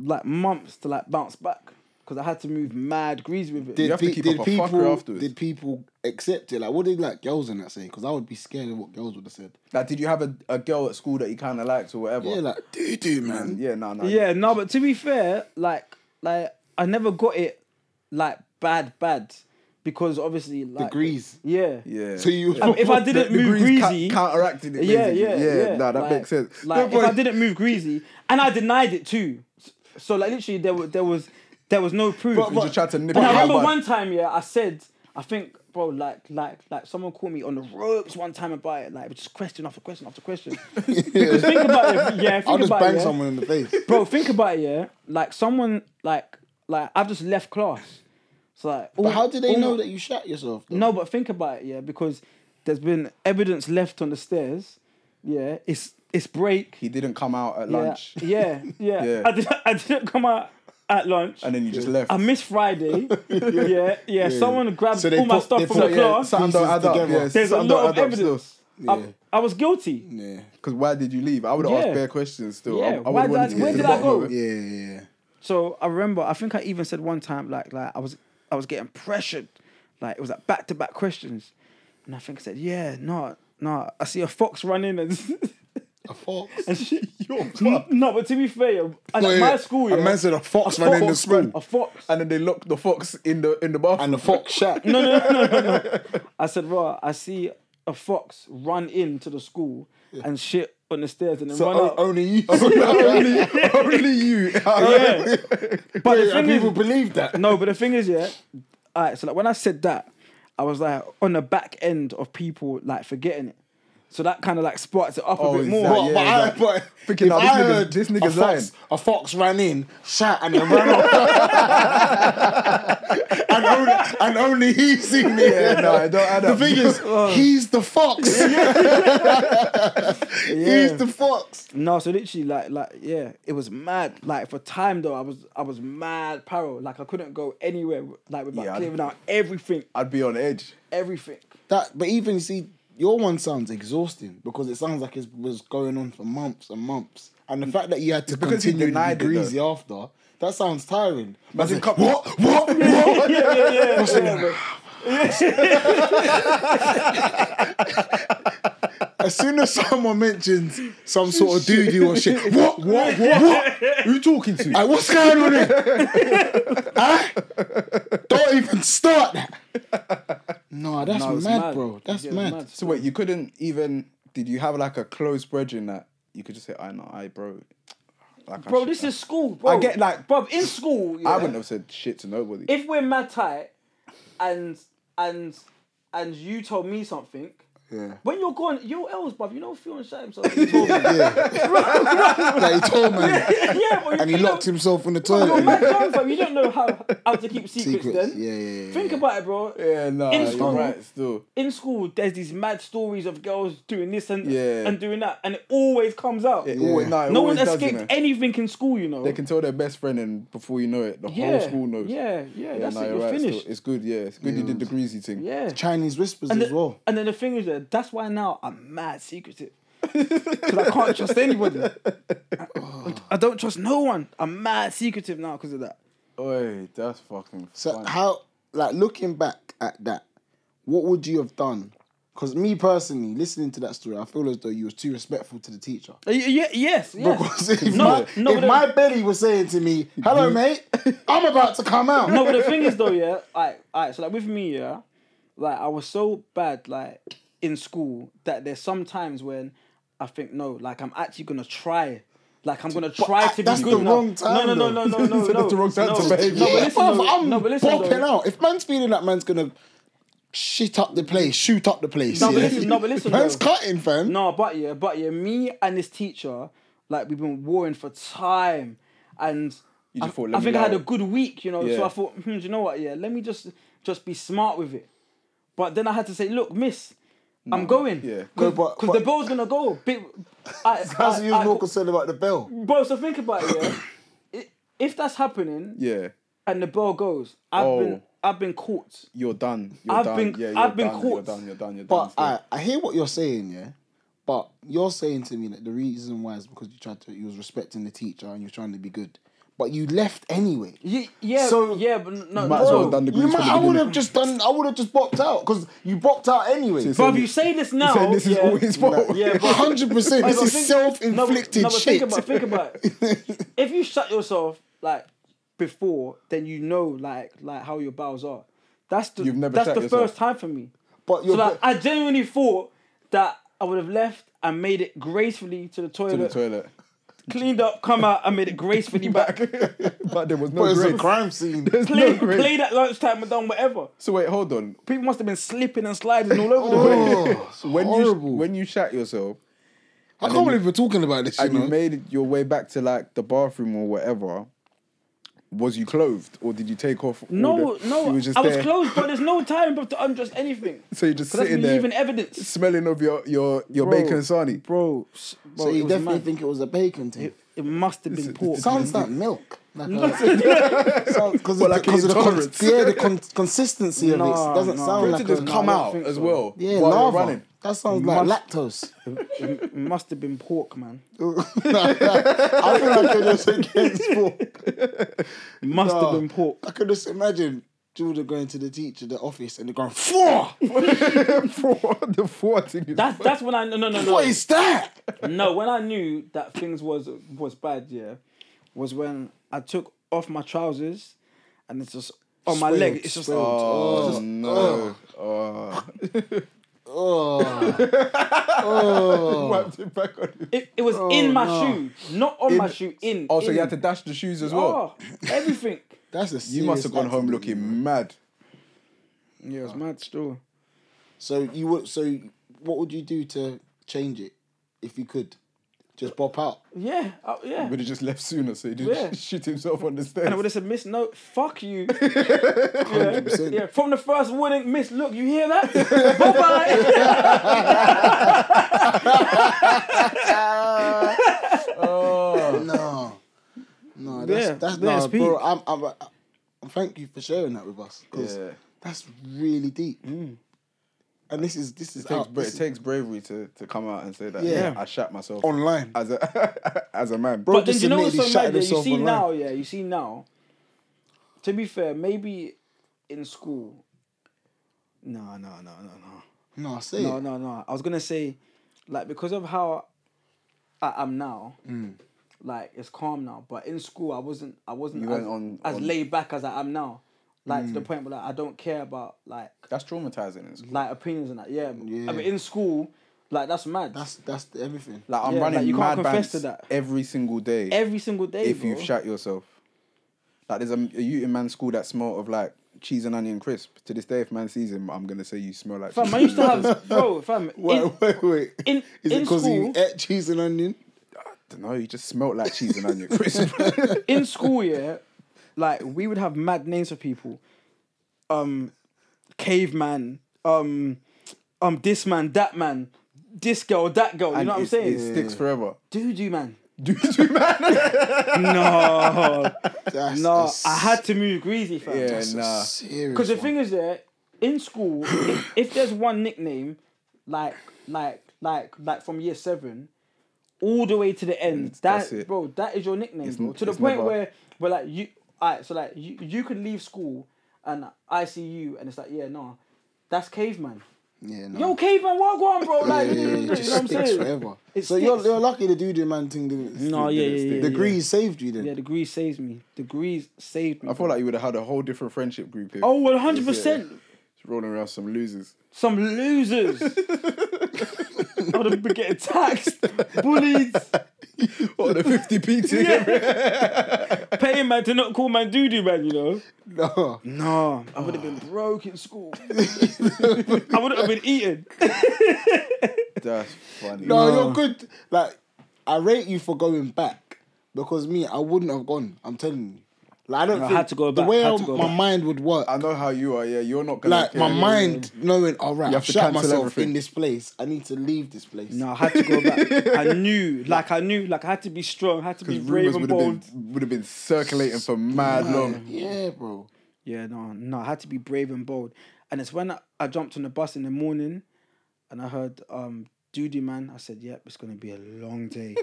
Speaker 1: like months to like bounce back because I had to move mad greasy with it.
Speaker 2: Did,
Speaker 3: You have to
Speaker 2: pe-
Speaker 3: keep
Speaker 2: did
Speaker 3: up a fucker
Speaker 2: people
Speaker 3: afterwards.
Speaker 2: did people accept it? Like, what did like girls in that say? Because I would be scared of what girls would have said.
Speaker 3: Like, did you have a, a girl at school that you kind of liked or whatever?
Speaker 2: Yeah, like doo doo man.
Speaker 3: yeah, no, no.
Speaker 1: yeah, no, but to be fair, like like I never got it like bad bad because obviously like
Speaker 2: grease.
Speaker 1: Yeah,
Speaker 3: yeah.
Speaker 2: So you
Speaker 1: Um, if I didn't move
Speaker 3: grease ca-
Speaker 1: greasy-
Speaker 3: counteracted it.
Speaker 1: yeah,
Speaker 3: basically.
Speaker 1: yeah, yeah.
Speaker 3: Nah, that
Speaker 1: Like-
Speaker 3: makes sense.
Speaker 1: Like
Speaker 3: No,
Speaker 1: if I
Speaker 3: but-
Speaker 1: didn't move greasy, and I denied it too. S- So like literally there was there was there was no proof.
Speaker 3: You just tried to nip
Speaker 1: and
Speaker 3: it
Speaker 1: I
Speaker 3: in the
Speaker 1: remember
Speaker 3: bud.
Speaker 1: one time, yeah, I said, I think, bro, like like like someone called me on the ropes one time about it, like just question after question after question. because think about it, yeah, think
Speaker 2: I'll just
Speaker 1: about
Speaker 2: bang
Speaker 1: it, yeah.
Speaker 2: someone in the face.
Speaker 1: bro. Think about it, yeah. Like someone like like I've just left class. So like,
Speaker 2: But
Speaker 1: all-
Speaker 2: how did they
Speaker 1: all-
Speaker 2: know that you shat yourself? though?
Speaker 1: No, but think about it, yeah, because there's been evidence left on the stairs. Yeah, it's it's break.
Speaker 3: He didn't come out at
Speaker 1: yeah,
Speaker 3: lunch,
Speaker 1: Yeah, yeah.
Speaker 3: Yeah.
Speaker 1: I, did, I didn't come out at lunch.
Speaker 3: and then you just left.
Speaker 1: I missed Friday. yeah, yeah, Someone grabbed
Speaker 2: So they
Speaker 1: all my
Speaker 2: put-
Speaker 1: stuff
Speaker 2: they
Speaker 1: from
Speaker 2: put-
Speaker 1: the
Speaker 2: yeah,
Speaker 1: class.
Speaker 3: something don't
Speaker 2: Pieces
Speaker 3: add up.
Speaker 2: together.
Speaker 3: Yeah,
Speaker 1: There's a
Speaker 3: something
Speaker 1: lot
Speaker 3: don't
Speaker 1: of
Speaker 3: add up still.
Speaker 1: evidence. I, I was guilty.
Speaker 2: Yeah.
Speaker 3: Because why did you leave? I would have
Speaker 1: Yeah.
Speaker 3: asked bare questions still. I,
Speaker 1: Yeah,
Speaker 3: I
Speaker 1: why
Speaker 3: would've
Speaker 1: did I-
Speaker 3: wanted to get
Speaker 1: where
Speaker 3: to
Speaker 1: did
Speaker 3: the
Speaker 1: I
Speaker 3: bottom
Speaker 1: go?
Speaker 3: of it.
Speaker 2: Yeah, yeah, yeah.
Speaker 1: So I remember, I think I even said one time, like, like I was, I was getting pressured, like it was like back to back questions, and I think I said, yeah, no, no, I see a fox running and
Speaker 2: A fox. Mm.
Speaker 1: and shit. no, but to be fair, yeah, and
Speaker 2: Wait,
Speaker 1: at my school, yeah,
Speaker 2: A man said a fox
Speaker 1: a
Speaker 2: ran in the
Speaker 1: fox
Speaker 2: school.
Speaker 1: ran- a fox.
Speaker 3: And then they locked the fox in the in the bathroom.
Speaker 2: and the fox shat.
Speaker 1: No, no, no, no, no. no. I said, well, I see a fox run into the school and shit on the stairs and then
Speaker 2: So oh,
Speaker 1: run
Speaker 2: o-
Speaker 1: out.
Speaker 2: only you.
Speaker 3: only, only you.
Speaker 1: yeah. but the
Speaker 2: and
Speaker 1: thing is,
Speaker 2: people believe that.
Speaker 1: no, but the thing is, yeah. All right, so like when I said that, I was like on the back end of people like forgetting it. So that kind of like sparks it up
Speaker 3: Oh,
Speaker 1: a bit
Speaker 3: is
Speaker 1: more.
Speaker 3: that-
Speaker 2: But,
Speaker 3: yeah,
Speaker 2: but I,
Speaker 3: exactly.
Speaker 2: but
Speaker 3: Thinking,
Speaker 2: if
Speaker 3: nah, this
Speaker 2: I
Speaker 3: nigga's-
Speaker 2: heard
Speaker 3: this
Speaker 2: a
Speaker 3: nigga's
Speaker 2: fox,
Speaker 3: lying.
Speaker 2: a fox ran in, shat, and then ran off. and, only, and only he seen it.
Speaker 3: Yeah, no, it don't add
Speaker 2: the
Speaker 3: up.
Speaker 2: thing is, he's the fox.
Speaker 1: Yeah.
Speaker 2: He's the fox.
Speaker 1: No, so literally, like, like, yeah, it was mad. Like for time though, I was, I was mad paro. Like I couldn't go anywhere. Like without
Speaker 3: Yeah, I-
Speaker 1: clearing out everything,
Speaker 3: I'd be on edge.
Speaker 1: everything.
Speaker 2: That, but even you see, your one sounds exhausting because it sounds like it was going on for months and months. And the fact that you had to
Speaker 3: because he
Speaker 2: continue to
Speaker 3: denied
Speaker 2: be
Speaker 3: it, though.
Speaker 2: greasy after, that sounds tiring.
Speaker 3: Imagine
Speaker 2: Like,
Speaker 3: cup-
Speaker 2: what? What? What?
Speaker 1: Yeah, yeah, yeah. yeah, but-
Speaker 2: As soon as someone mentions some sort of doo doo or shit, what, what, what, what?
Speaker 3: Who you talking to?
Speaker 2: Like, what's going on here? Huh? Don't even start that. No, that's
Speaker 1: No, it's
Speaker 2: mad,
Speaker 1: mad.
Speaker 2: bro. That's
Speaker 1: Yeah, it's
Speaker 2: mad.
Speaker 1: mad.
Speaker 3: so wait, you couldn't even. Did you have like a close bridging that you could just say, "I know, I bro." Like, I
Speaker 1: Bro,
Speaker 3: should-
Speaker 1: this is school, bro.
Speaker 3: get, like-
Speaker 1: bro, in school.
Speaker 3: I
Speaker 1: yeah,
Speaker 3: wouldn't have said shit to nobody.
Speaker 1: If we're mad tight, and and and you told me something.
Speaker 2: Yeah.
Speaker 1: When you're gone, you're else, bruv. You know, Phil and shot himself. You told me.
Speaker 2: Like, he told man.
Speaker 1: yeah, but
Speaker 2: And he locked himself in the
Speaker 1: You're
Speaker 2: toilet.
Speaker 1: mad drunk, bruv. You don't know how, how to keep secrets,
Speaker 2: Secrets.
Speaker 1: then.
Speaker 2: Yeah, yeah, yeah,
Speaker 1: Think
Speaker 2: yeah.
Speaker 1: about it, bro.
Speaker 3: yeah, no,
Speaker 1: In
Speaker 3: you're
Speaker 1: school.
Speaker 3: right. Still,
Speaker 1: In school, there's these mad stories of girls doing this and
Speaker 3: Yeah.
Speaker 1: and doing that, and it always comes out.
Speaker 3: It always- no, it
Speaker 1: no one
Speaker 3: always does,
Speaker 1: escaped
Speaker 3: you know.
Speaker 1: anything in school, you know.
Speaker 3: They can tell their best friend, and before you know it, the
Speaker 1: yeah,
Speaker 3: whole school knows.
Speaker 1: Yeah, yeah, that's
Speaker 3: no,
Speaker 1: it.
Speaker 3: you're
Speaker 1: You're
Speaker 3: right, still.
Speaker 1: finished.
Speaker 3: It's good. Yeah, it's good. You did the greasy thing.
Speaker 1: Yeah.
Speaker 2: Chinese whispers
Speaker 1: And
Speaker 2: as
Speaker 1: the-
Speaker 2: well.
Speaker 1: And then the thing is that that's why now I'm mad secretive. Because I can't trust anybody. I, I don't trust no one. I'm mad secretive now because of that.
Speaker 3: Oi, that's fucking.
Speaker 2: So
Speaker 3: funny.
Speaker 2: how, like, looking back at that, what would you have done? Because me personally, listening to that story, I feel as though you was too respectful to the teacher.
Speaker 1: Uh, y- yeah, yes, yes.
Speaker 2: Because if,
Speaker 1: No,
Speaker 2: my,
Speaker 1: no,
Speaker 2: if
Speaker 1: but-
Speaker 2: my belly was saying to me, "Hello, mate, I'm about to come out,"
Speaker 1: no, but the thing is though, yeah, like, alright, so like with me, yeah, like I was so bad, like in school, that there's some times when I think no, like I'm actually gonna try, like I'm gonna try
Speaker 2: I-
Speaker 1: to be
Speaker 2: that's
Speaker 1: good
Speaker 2: the
Speaker 1: enough.
Speaker 2: wrong time,
Speaker 1: No, no,
Speaker 2: though.
Speaker 1: no, no, no, no,
Speaker 3: So
Speaker 1: no.
Speaker 3: that's the wrong time
Speaker 1: no,
Speaker 3: to behave.
Speaker 1: No, but listen,
Speaker 2: Bruv,
Speaker 1: though,
Speaker 2: I'm
Speaker 1: no, but listen, though.
Speaker 2: bopping out. If man's feeling that man's gonna shit up the place, shoot up the place.
Speaker 1: No, but
Speaker 2: yeah?
Speaker 1: listen- no, but listen,
Speaker 2: man's
Speaker 1: though.
Speaker 2: cutting, fam.
Speaker 1: No, but yeah, but yeah, me and this teacher, like we've been warring for time, and
Speaker 3: You just
Speaker 1: I,
Speaker 3: thought,
Speaker 1: I
Speaker 3: let me
Speaker 1: think I had a
Speaker 3: loud.
Speaker 1: good week, you know. So
Speaker 3: Yeah.
Speaker 1: I thought, hmm, do you know what? Yeah, let me just just be smart with it. But then I had to say, look, miss, I'm going.
Speaker 3: yeah.
Speaker 2: No,
Speaker 1: because
Speaker 2: but-
Speaker 1: the
Speaker 2: but-
Speaker 1: bill's gonna go. Big, I,
Speaker 2: How's
Speaker 1: I-
Speaker 2: you
Speaker 1: I- Mm,
Speaker 2: more concerned about the bell?
Speaker 1: bro, so think about it. Yeah, I- if that's happening
Speaker 3: yeah,
Speaker 1: and the bill goes, I've been
Speaker 3: Oh.
Speaker 1: I've been caught.
Speaker 3: you're done. You're
Speaker 1: I've
Speaker 3: done.
Speaker 1: been-
Speaker 3: yeah, you're
Speaker 1: I've been
Speaker 3: done. You're
Speaker 1: caught.
Speaker 3: done. You're done. You're done.
Speaker 2: But
Speaker 3: still.
Speaker 2: I, I hear what you're saying, yeah. But you're saying to me that the reason why is because you tried to, you was respecting the teacher and you were trying to be good, but you left anyway.
Speaker 1: Ye- Yeah,
Speaker 2: So-
Speaker 1: yeah, but no,
Speaker 3: might as well
Speaker 1: no.
Speaker 3: have done the
Speaker 2: Oh, You
Speaker 3: grease from
Speaker 2: might,
Speaker 3: the
Speaker 2: I would
Speaker 3: beginning.
Speaker 2: have just done. I would have just bopped out because you bopped out anyway.
Speaker 3: So-
Speaker 1: Bro, if you say this now,
Speaker 3: saying this is
Speaker 1: yeah,
Speaker 3: all his fault.
Speaker 1: Yeah, but
Speaker 2: hundred percent. This
Speaker 1: But
Speaker 2: is
Speaker 1: think-
Speaker 2: self-inflicted
Speaker 1: no, but- no, but
Speaker 2: shit.
Speaker 1: Think about, think about it. if you shut yourself like before, then you know like like how your bowels are. That's the
Speaker 3: You've never
Speaker 1: that's
Speaker 3: shut
Speaker 1: the
Speaker 3: yourself.
Speaker 1: first time for me.
Speaker 2: But
Speaker 1: So
Speaker 2: you're
Speaker 1: like, I genuinely thought that I would have left and made it gracefully to the toilet,
Speaker 3: to the toilet.
Speaker 1: cleaned up, come out, and made it gracefully back.
Speaker 3: but there was no
Speaker 2: but it's a
Speaker 3: grace.
Speaker 2: crime scene.
Speaker 3: No
Speaker 1: Played,
Speaker 3: grace.
Speaker 1: played at lunchtime and done whatever.
Speaker 3: So wait, hold on.
Speaker 1: People must have been slipping and sliding all over the place.
Speaker 2: Oh, it's
Speaker 3: When
Speaker 2: horrible.
Speaker 3: you when you shat yourself
Speaker 2: I can't believe we're talking about this. You
Speaker 3: and
Speaker 2: know?
Speaker 3: you made your way back to like the bathroom or whatever, was you clothed or did you take off? all
Speaker 1: No,
Speaker 3: the-
Speaker 1: no,
Speaker 3: you were just
Speaker 1: I was
Speaker 3: there?
Speaker 1: clothed, but there's no time bro, to undress anything.
Speaker 3: So you're just
Speaker 1: So that's me
Speaker 3: sitting there,
Speaker 1: leaving evidence.
Speaker 3: smelling of your your your
Speaker 1: Bro.
Speaker 3: bacon and sarnie.
Speaker 1: Bro, s- bro
Speaker 2: so
Speaker 1: it,
Speaker 2: you
Speaker 1: was
Speaker 2: definitely
Speaker 1: mad.
Speaker 2: think it was a bacon thing.
Speaker 1: it, it must have been pork.
Speaker 2: It sounds like milk. Like
Speaker 1: No.
Speaker 2: because of,
Speaker 3: Well, like
Speaker 2: the- 'cause of the con-
Speaker 3: intolerance.
Speaker 2: yeah the con- consistency of it
Speaker 1: Nah,
Speaker 2: doesn't
Speaker 1: nah.
Speaker 2: sound
Speaker 3: It
Speaker 2: like
Speaker 3: to just
Speaker 2: a,
Speaker 3: come
Speaker 1: I don't
Speaker 3: out
Speaker 1: think
Speaker 3: as
Speaker 1: so.
Speaker 3: well
Speaker 2: Yeah,
Speaker 3: while
Speaker 2: lava.
Speaker 3: you're running.
Speaker 2: That sounds like lactose.
Speaker 1: It, it must have been pork, man.
Speaker 2: I feel like I just against pork.
Speaker 1: It must
Speaker 2: Nah.
Speaker 1: have been pork.
Speaker 2: Oh, I could just imagine Jordan going to the teacher, the office, and they're going, Four!
Speaker 3: For the four thing is-
Speaker 1: That's that's when I no no no no.
Speaker 2: What is that?
Speaker 1: no, when I knew that things was was bad, yeah, was when I took off my trousers, and it's just on my
Speaker 2: Swelled,
Speaker 1: leg. It's just
Speaker 2: swelled.
Speaker 3: Oh,
Speaker 1: Just-
Speaker 3: no! Oh.
Speaker 2: Oh,
Speaker 3: Wiped it back on you.
Speaker 1: it, it was in my shoe, not on my
Speaker 3: Oh, In-
Speaker 1: shoe. In
Speaker 3: Oh, so
Speaker 1: in.
Speaker 3: you had to dash the shoes as well.
Speaker 1: Oh, everything.
Speaker 2: that's a
Speaker 3: you
Speaker 2: serious
Speaker 3: must have gone home
Speaker 2: accident.
Speaker 3: looking mad.
Speaker 1: yeah, it was mad still.
Speaker 2: So you would. So what would you do to change it if you could? Just pop out.
Speaker 1: Yeah, uh, yeah.
Speaker 3: Would have just left sooner, so he didn't
Speaker 1: Yeah.
Speaker 3: shit himself on the
Speaker 1: And I would
Speaker 3: stairs.
Speaker 1: have said, Miss, no, fuck you. yeah. yeah, from the first warning, Miss, look, you hear that? bye bye.
Speaker 2: No, no, that's
Speaker 1: Yeah,
Speaker 2: that's
Speaker 1: yeah,
Speaker 2: no,
Speaker 1: speak.
Speaker 2: bro. I'm, I'm, I'm. Thank you for sharing that with us because
Speaker 3: Yeah. Mm.
Speaker 2: that's really deep. And this is this is
Speaker 3: It takes,
Speaker 2: out,
Speaker 3: bra-
Speaker 2: this
Speaker 3: it
Speaker 2: is
Speaker 3: takes bravery to, to come out and say that.
Speaker 2: Yeah.
Speaker 3: I shat myself
Speaker 2: online.
Speaker 3: as a as a man,
Speaker 1: But then
Speaker 2: just
Speaker 1: you know
Speaker 2: admit
Speaker 1: what's
Speaker 2: he
Speaker 1: so mad?
Speaker 2: shattered
Speaker 1: Yeah, you
Speaker 2: himself
Speaker 1: see
Speaker 2: online.
Speaker 1: now, yeah, you see now. To be fair, maybe in school. No, no, no, no, no.
Speaker 2: No, say
Speaker 1: No,
Speaker 2: it.
Speaker 1: no, no. I was gonna say, like, because of how I am now,
Speaker 3: Mm.
Speaker 1: like it's calm now. But in school, I wasn't, I wasn't
Speaker 3: You
Speaker 1: as,
Speaker 3: weren't on-
Speaker 1: as
Speaker 3: on- Mm.
Speaker 1: laid back as I am now. Like to the point where like, I don't care about like
Speaker 3: That's traumatizing. In school.
Speaker 1: like opinions and that. Yeah,
Speaker 2: Yeah.
Speaker 1: I mean, in school, like that's mad.
Speaker 2: That's that's the- everything.
Speaker 3: Like I'm
Speaker 1: Yeah,
Speaker 3: running
Speaker 1: like, you
Speaker 3: mad
Speaker 1: can't confess
Speaker 3: bands
Speaker 1: to that.
Speaker 3: every single day.
Speaker 1: every single day.
Speaker 3: if
Speaker 1: bro.
Speaker 3: you've shat yourself, like there's a, a youth in man school that smelled of like cheese and onion crisp. To this day, if man sees him, I'm gonna say you smell like.
Speaker 1: Fam,
Speaker 3: cheese
Speaker 1: I
Speaker 3: and
Speaker 1: used to
Speaker 3: onion crisp."
Speaker 1: have, bro, fam. in,
Speaker 2: wait, wait, wait.
Speaker 1: in-
Speaker 2: is
Speaker 1: in
Speaker 2: it because you
Speaker 1: school-
Speaker 2: ate cheese and onion?
Speaker 3: No, you just smelled like cheese and onion crisp.
Speaker 1: in school, yeah, like we would have mad names for people. Um, caveman. Um, um, this man, that man, this girl, that girl. You know what I'm
Speaker 3: It- It
Speaker 1: saying?
Speaker 3: sticks forever.
Speaker 1: Doodoo man.
Speaker 3: Dude, you man.
Speaker 1: No,
Speaker 2: That's a
Speaker 1: no.
Speaker 2: s-
Speaker 1: I had to move greasy, fam.
Speaker 3: Yeah,
Speaker 2: that's a
Speaker 3: nah.
Speaker 2: serious
Speaker 1: Because the
Speaker 2: one.
Speaker 1: thing is, there in school, if, if there's one nickname, like like like like from year seven, all the way to the end,
Speaker 2: Mm,
Speaker 1: that
Speaker 3: that's it.
Speaker 1: bro, that is your nickname, bro.
Speaker 3: n-
Speaker 1: To the
Speaker 3: it's
Speaker 1: point
Speaker 3: never-
Speaker 1: where where like you, alright, so like you you could leave school and I see you, and it's like yeah, no, that's caveman.
Speaker 2: Yeah, no.
Speaker 1: Yo, caveman, what go on, bro? Like, you
Speaker 2: Mm. yeah, yeah,
Speaker 1: know
Speaker 2: yeah, it
Speaker 1: what
Speaker 2: just
Speaker 1: I'm
Speaker 2: sticks
Speaker 1: saying?
Speaker 2: forever.
Speaker 1: It
Speaker 2: so you're,
Speaker 1: sticks.
Speaker 2: you're lucky the do do man thing
Speaker 1: No,
Speaker 2: didn't. stick,
Speaker 1: yeah,
Speaker 2: did it?
Speaker 1: yeah, yeah,
Speaker 2: The
Speaker 1: yeah.
Speaker 2: grease saved you then.
Speaker 1: Yeah, the grease saves me. The grease saved me.
Speaker 3: I feel like you would have had a whole different friendship group here.
Speaker 1: oh, one hundred percent.
Speaker 3: rolling around some losers.
Speaker 1: Some losers. I would have been getting taxed, bullied,
Speaker 3: Or the 50p team.
Speaker 1: paying man to not call man doodoo man, you know.
Speaker 2: No,
Speaker 1: No, I would have been broke in school. I would have been eaten.
Speaker 3: That's funny.
Speaker 2: no, you're good. Like, I rate you for going back because me, I wouldn't have gone. I'm telling you. Like, I don't.
Speaker 1: No, I
Speaker 2: think-
Speaker 1: had to go
Speaker 2: The
Speaker 1: back,
Speaker 2: way
Speaker 1: had
Speaker 2: I-
Speaker 1: to go
Speaker 2: my
Speaker 1: back.
Speaker 2: mind would work.
Speaker 3: I know how you are. Yeah, you're not gonna
Speaker 2: like
Speaker 3: care.
Speaker 2: my mind knowing, all right,
Speaker 3: have
Speaker 2: I've
Speaker 3: to
Speaker 2: shot
Speaker 3: cancel
Speaker 2: myself
Speaker 3: everything.
Speaker 2: in this place. I need to leave this place.
Speaker 1: No, I had to go back. I knew, like I knew, like I had to be strong, I had to be brave and
Speaker 3: Rumors would
Speaker 1: bold.
Speaker 3: have been would have been circulating for mad long.
Speaker 2: Um, Yeah, bro.
Speaker 1: Yeah, no, no, I had to be brave and bold. And it's when I, I jumped on the bus in the morning and I heard um Doody Man, I said, Yep, it's gonna be a long day.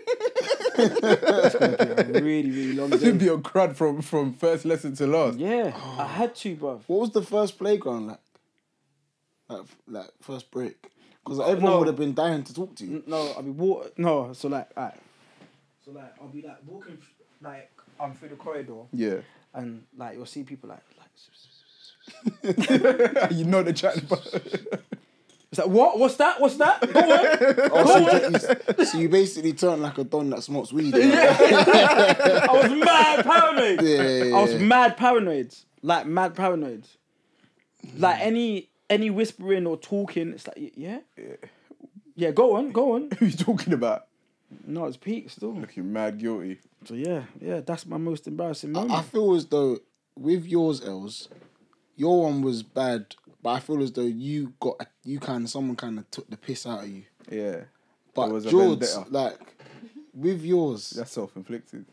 Speaker 1: it's gonna be a really, really long
Speaker 3: It'd
Speaker 1: day.
Speaker 3: be a crud from from first lesson to last.
Speaker 1: Yeah,
Speaker 2: Oh.
Speaker 1: I had to, bruv.
Speaker 2: What was the first playground like? Like, f- like first break, because everyone
Speaker 1: Uh, no.
Speaker 2: would have been dying to talk to you.
Speaker 1: N- No, I'll be walk. No, so like, alright. So like, I'll be like walking, like I'm through the corridor,
Speaker 3: Yeah.
Speaker 1: and like you'll see people like, like
Speaker 3: you know the chat.
Speaker 1: it's like what? What's that? What's that? Go on.
Speaker 2: Oh, so, you- you, so you basically turn like a don that smokes weed.
Speaker 1: I was mad paranoid.
Speaker 2: Yeah.
Speaker 1: I was mad paranoid, like mad paranoid. Like
Speaker 2: Mm.
Speaker 1: any any whispering or talking, it's like y- yeah, yeah. Go on, go on.
Speaker 3: Who you talking about?
Speaker 1: No, it's peak still.
Speaker 3: Looking mad guilty.
Speaker 1: So yeah, yeah, that's my most embarrassing moment.
Speaker 2: I, I feel as though with yours, Els, your one was bad, but I feel as though you got you kind of someone kind of took the piss out of you.
Speaker 3: Yeah.
Speaker 2: But
Speaker 3: There was a
Speaker 2: George,
Speaker 3: vendetta.
Speaker 2: like with yours,
Speaker 3: That's self inflicted.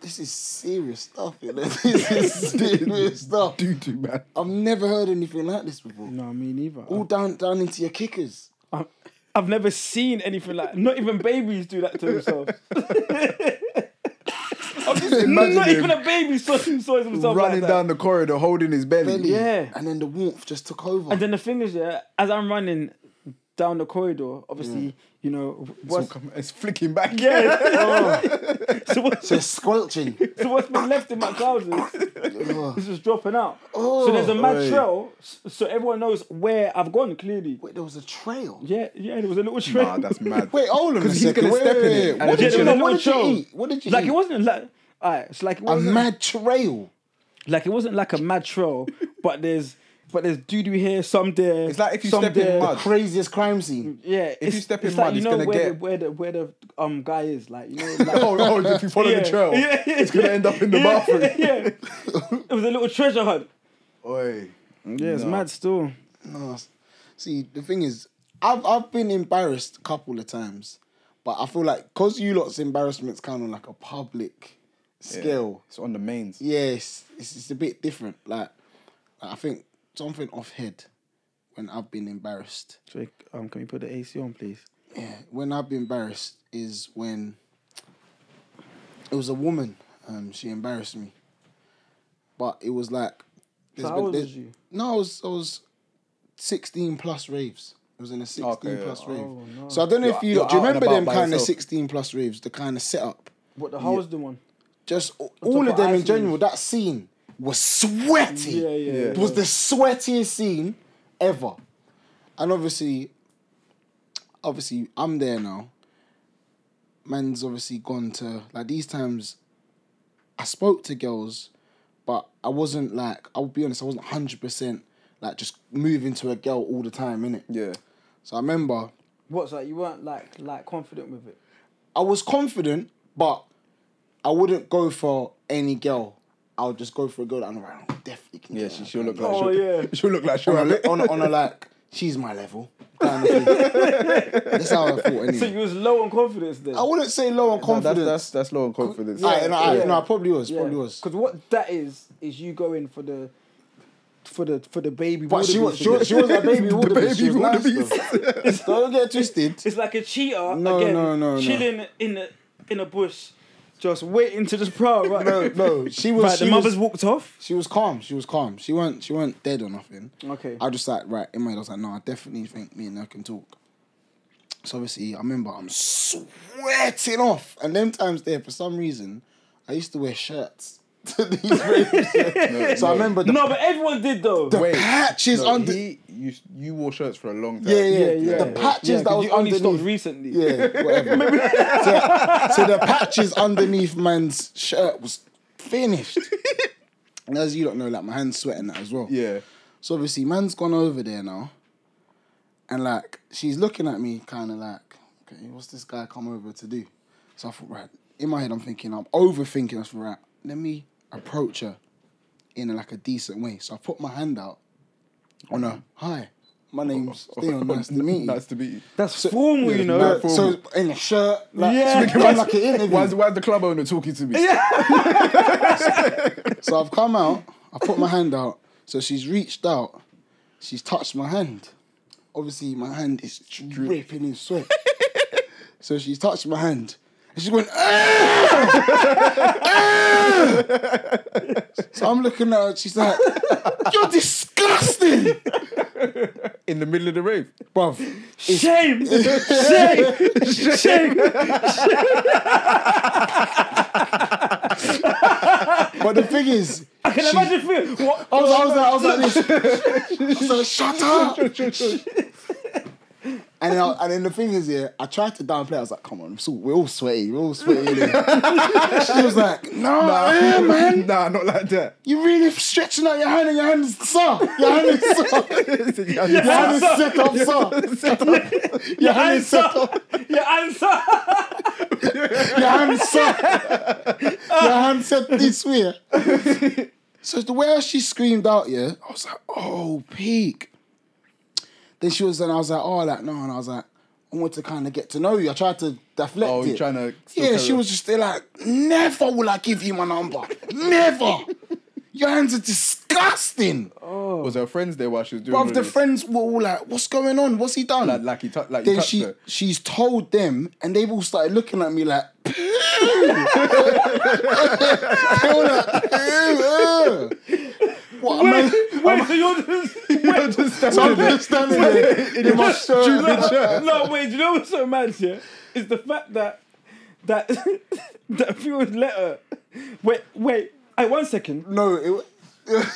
Speaker 2: this is serious stuff. You know? This is serious stuff.
Speaker 3: Do do man.
Speaker 2: I've never heard anything like this before.
Speaker 1: no, me neither.
Speaker 2: All down down into your kickers.
Speaker 1: I've, I've never seen anything like. Not even babies do that to themselves. I'm just
Speaker 3: Imagine
Speaker 1: not
Speaker 3: him
Speaker 1: even a baby saw saw himself like
Speaker 3: Running
Speaker 1: that.
Speaker 3: down the corridor holding his belly.
Speaker 2: Belly.
Speaker 1: Yeah.
Speaker 2: And then the warmth just took over.
Speaker 1: And then the thing is, yeah, as I'm running down the corridor, obviously, you know,
Speaker 3: It's,
Speaker 1: what's
Speaker 3: all come- Oh. it's flicking back.
Speaker 1: yeah. so what's
Speaker 2: just squelching.
Speaker 1: so what's been left in my trousers
Speaker 2: Ugh.
Speaker 1: is just dropping out.
Speaker 2: Oh.
Speaker 1: so there's a mad
Speaker 3: Oi.
Speaker 1: trail, s- so everyone knows where I've gone clearly.
Speaker 2: Wait, there was a trail.
Speaker 1: Yeah, yeah, there was a little trail.
Speaker 3: Nah, that's mad.
Speaker 2: Wait, hold on. Because
Speaker 3: he's gonna step in it and
Speaker 2: What
Speaker 3: then
Speaker 2: did you,
Speaker 3: chill.
Speaker 2: no, what
Speaker 1: No
Speaker 2: did you
Speaker 1: chill.
Speaker 2: eat? What did you
Speaker 1: like
Speaker 2: eat?
Speaker 1: it wasn't like. Alright, it's like it
Speaker 2: a
Speaker 1: wasn't
Speaker 2: mad trail.
Speaker 1: like it wasn't like a mad trail, but there's but there's doo doo here, some there.
Speaker 3: It's like if you
Speaker 1: some
Speaker 3: step in
Speaker 1: there.
Speaker 3: mud.
Speaker 2: Craziest crime scene.
Speaker 1: Yeah, if
Speaker 3: you step in
Speaker 1: it's
Speaker 3: mud,
Speaker 1: like, you
Speaker 3: it's
Speaker 1: know
Speaker 3: gonna
Speaker 1: where
Speaker 3: get-
Speaker 1: the, where the where the um guy is, like you know, like,
Speaker 3: oh, oh, if you follow
Speaker 1: yeah,
Speaker 3: the trail,
Speaker 1: yeah, yeah,
Speaker 3: it's gonna end up in the
Speaker 1: yeah,
Speaker 3: bathroom.
Speaker 1: Yeah, it was a little treasure hunt.
Speaker 3: Oi.
Speaker 1: Yeah, it's mad still.
Speaker 2: No, s- see, the thing is, I've I've been embarrassed a couple of times, but I feel like because you lot's embarrassment's kind of like a public scale.
Speaker 3: It's on the mains.
Speaker 2: Yes, it's, it's a bit different. Like, like, I think something off head when I've been embarrassed.
Speaker 1: Drake, um, can we put the AC on, please?
Speaker 2: Yeah, when I've been embarrassed is when it was a woman. Um, she embarrassed me, but it was like. there's
Speaker 1: how
Speaker 2: been-
Speaker 1: old
Speaker 2: there's-
Speaker 1: was you?
Speaker 2: No, I was I was sixteen plus raves. It was in a sixteen
Speaker 3: Okay,
Speaker 2: plus
Speaker 3: yeah.
Speaker 2: rave.
Speaker 1: Oh, no.
Speaker 2: So I don't know if
Speaker 3: You're-
Speaker 2: you
Speaker 3: you're
Speaker 2: do you
Speaker 3: out and
Speaker 2: remember them
Speaker 3: about by
Speaker 2: kind of
Speaker 3: yourself.
Speaker 2: sixteen plus raves, the kind of setup.
Speaker 1: What the hell was the one?
Speaker 2: Just a- all of
Speaker 1: about
Speaker 2: them in
Speaker 1: Iceland.
Speaker 2: general. That scene was sweaty.
Speaker 1: Yeah, yeah, yeah.
Speaker 2: It was the sweatiest scene ever, and obviously, obviously I'm there now. Man's obviously gone to like these times. I spoke to girls, but I wasn't like I'll be honest. I wasn't hundred percent like just moving to a girl all the time innit?
Speaker 3: Yeah.
Speaker 2: So I remember
Speaker 1: What's like you weren't like like confident with it.
Speaker 2: I was confident, but I wouldn't go for any girl. I would just go for a girl that I'm like, "Oh, definitely can.
Speaker 3: Yeah,
Speaker 2: get
Speaker 3: she
Speaker 2: her."
Speaker 3: she'll look like
Speaker 1: Oh,
Speaker 3: she'll,
Speaker 1: yeah.
Speaker 3: she'll look like
Speaker 1: Oh,
Speaker 3: she'll
Speaker 2: on
Speaker 3: have
Speaker 2: a,
Speaker 3: it.
Speaker 2: on a, on a like, she's my level. Kind of thing. That's how I thought. Anyway,
Speaker 1: So you was low on confidence then.
Speaker 2: I wouldn't say low on
Speaker 3: No,
Speaker 2: confidence.
Speaker 3: that's, that's that's low on confidence.
Speaker 2: Aight, no, aight,
Speaker 1: yeah.
Speaker 2: no, I probably was. Probably was.
Speaker 1: Because what that is is you going for the for the for the baby.
Speaker 2: But she was,
Speaker 1: wildebeest
Speaker 2: she was, she was a baby
Speaker 3: The
Speaker 2: wildebeest. She
Speaker 3: baby
Speaker 2: was nice
Speaker 3: wildebeest.
Speaker 2: though. Don't get it twisted.
Speaker 1: It's like a cheetah
Speaker 2: No,
Speaker 1: again,
Speaker 2: no, no, no.
Speaker 1: chilling in the in a bush, just waiting to just prowl. Right?
Speaker 2: No, no, she was.
Speaker 1: right,
Speaker 2: she
Speaker 1: the mother's
Speaker 2: was,
Speaker 1: walked off.
Speaker 2: She was calm. She was calm. She weren't. She weren't dead or nothing.
Speaker 1: Okay.
Speaker 2: I was just like right in my head. I was like, no, I definitely think me and her can talk. So obviously, I remember I'm sweating off, and them times there for some reason, I used to wear shirts to these raves. so I remember the
Speaker 1: No, but everyone did though.
Speaker 3: Wait,
Speaker 2: patches
Speaker 3: no,
Speaker 2: under.
Speaker 3: he, you you wore shirts for a long time.
Speaker 2: yeah, yeah,
Speaker 1: Yeah, yeah,
Speaker 2: The
Speaker 1: yeah.
Speaker 2: patches
Speaker 1: Yeah, 'cause
Speaker 2: that was
Speaker 1: you only stopped
Speaker 2: underneath.
Speaker 1: recently.
Speaker 2: Yeah, whatever. so, so the patches underneath man's shirt was finished. And as you don't know, like my hands sweating that as well.
Speaker 3: yeah.
Speaker 2: So obviously, man's gone over there now, and like she's looking at me, kind of like, okay, what's this guy come over to do? So I thought, right, in my head, I'm thinking, I'm overthinking. I thought, right, let me approach her in like a decent way. So I put my hand out on her. Hi, my name's Theon. Nice to meet you.
Speaker 3: Nice to meet you.
Speaker 1: That's formal, you know.
Speaker 2: Like, so in a shirt, like,
Speaker 1: Yeah.
Speaker 2: yeah. speaking like an interview.
Speaker 3: Why's, why's the club owner talking to me?
Speaker 2: So I've come out, I put my hand out. So she's reached out, she's touched my hand. Obviously, my hand is dripping in sweat. so she's touched my hand. And she's going, "Ah! Ah!" So I'm looking at her, she's like, You're disgusting!
Speaker 3: In the middle of the rave.
Speaker 2: Bruv,
Speaker 1: Shame, shame, shame.
Speaker 2: but the thing is,
Speaker 1: I can
Speaker 2: she-
Speaker 1: imagine feeling. What?
Speaker 2: I was, I was, like, I was like this. I was like, shut up. And then, I, and then the thing is, yeah, I tried to downplay. it. I was like, "Come on, we're all, we're all sweaty, we're all sweaty." innit?" she was like, "No, I am, man.
Speaker 3: nah, not like that.
Speaker 2: You really stretching out your hand, and your hand is sore. Your hand is sore. Your hand is set up, sore. Your hand is set up.
Speaker 1: Your answer.
Speaker 2: Your hand set. Your hand set this way. So the way she screamed out, yeah, I was like, oh, peak. Then she was, and I was like, oh, like, no, and I was like, I want to kind of get to know you. I tried to deflect
Speaker 3: Oh,
Speaker 2: it.
Speaker 3: you trying to still
Speaker 2: Yeah,
Speaker 3: carry
Speaker 2: she
Speaker 3: on.
Speaker 2: was just there like, never will I give you my number. Never. Your hands are disgusting.
Speaker 1: Oh.
Speaker 3: Was her friends there while she was doing all
Speaker 2: Bruv, the
Speaker 3: this?
Speaker 2: friends were all like, what's going on? What's he done?
Speaker 3: like, like he tou- like you
Speaker 2: then
Speaker 3: touched
Speaker 2: she
Speaker 3: her.
Speaker 2: she's told them, and they've all started looking at me like. "Poo." They all like, "Ew, ew." What am I?
Speaker 1: Wait, so you're just.
Speaker 3: You're just
Speaker 2: So I'm
Speaker 3: standing there.
Speaker 2: just standing there in my shirt.
Speaker 1: No, wait, you know what's so mad here? It's the fact that that that Fiona's letter. Wait, wait, hey, one second.
Speaker 2: No, it, wa-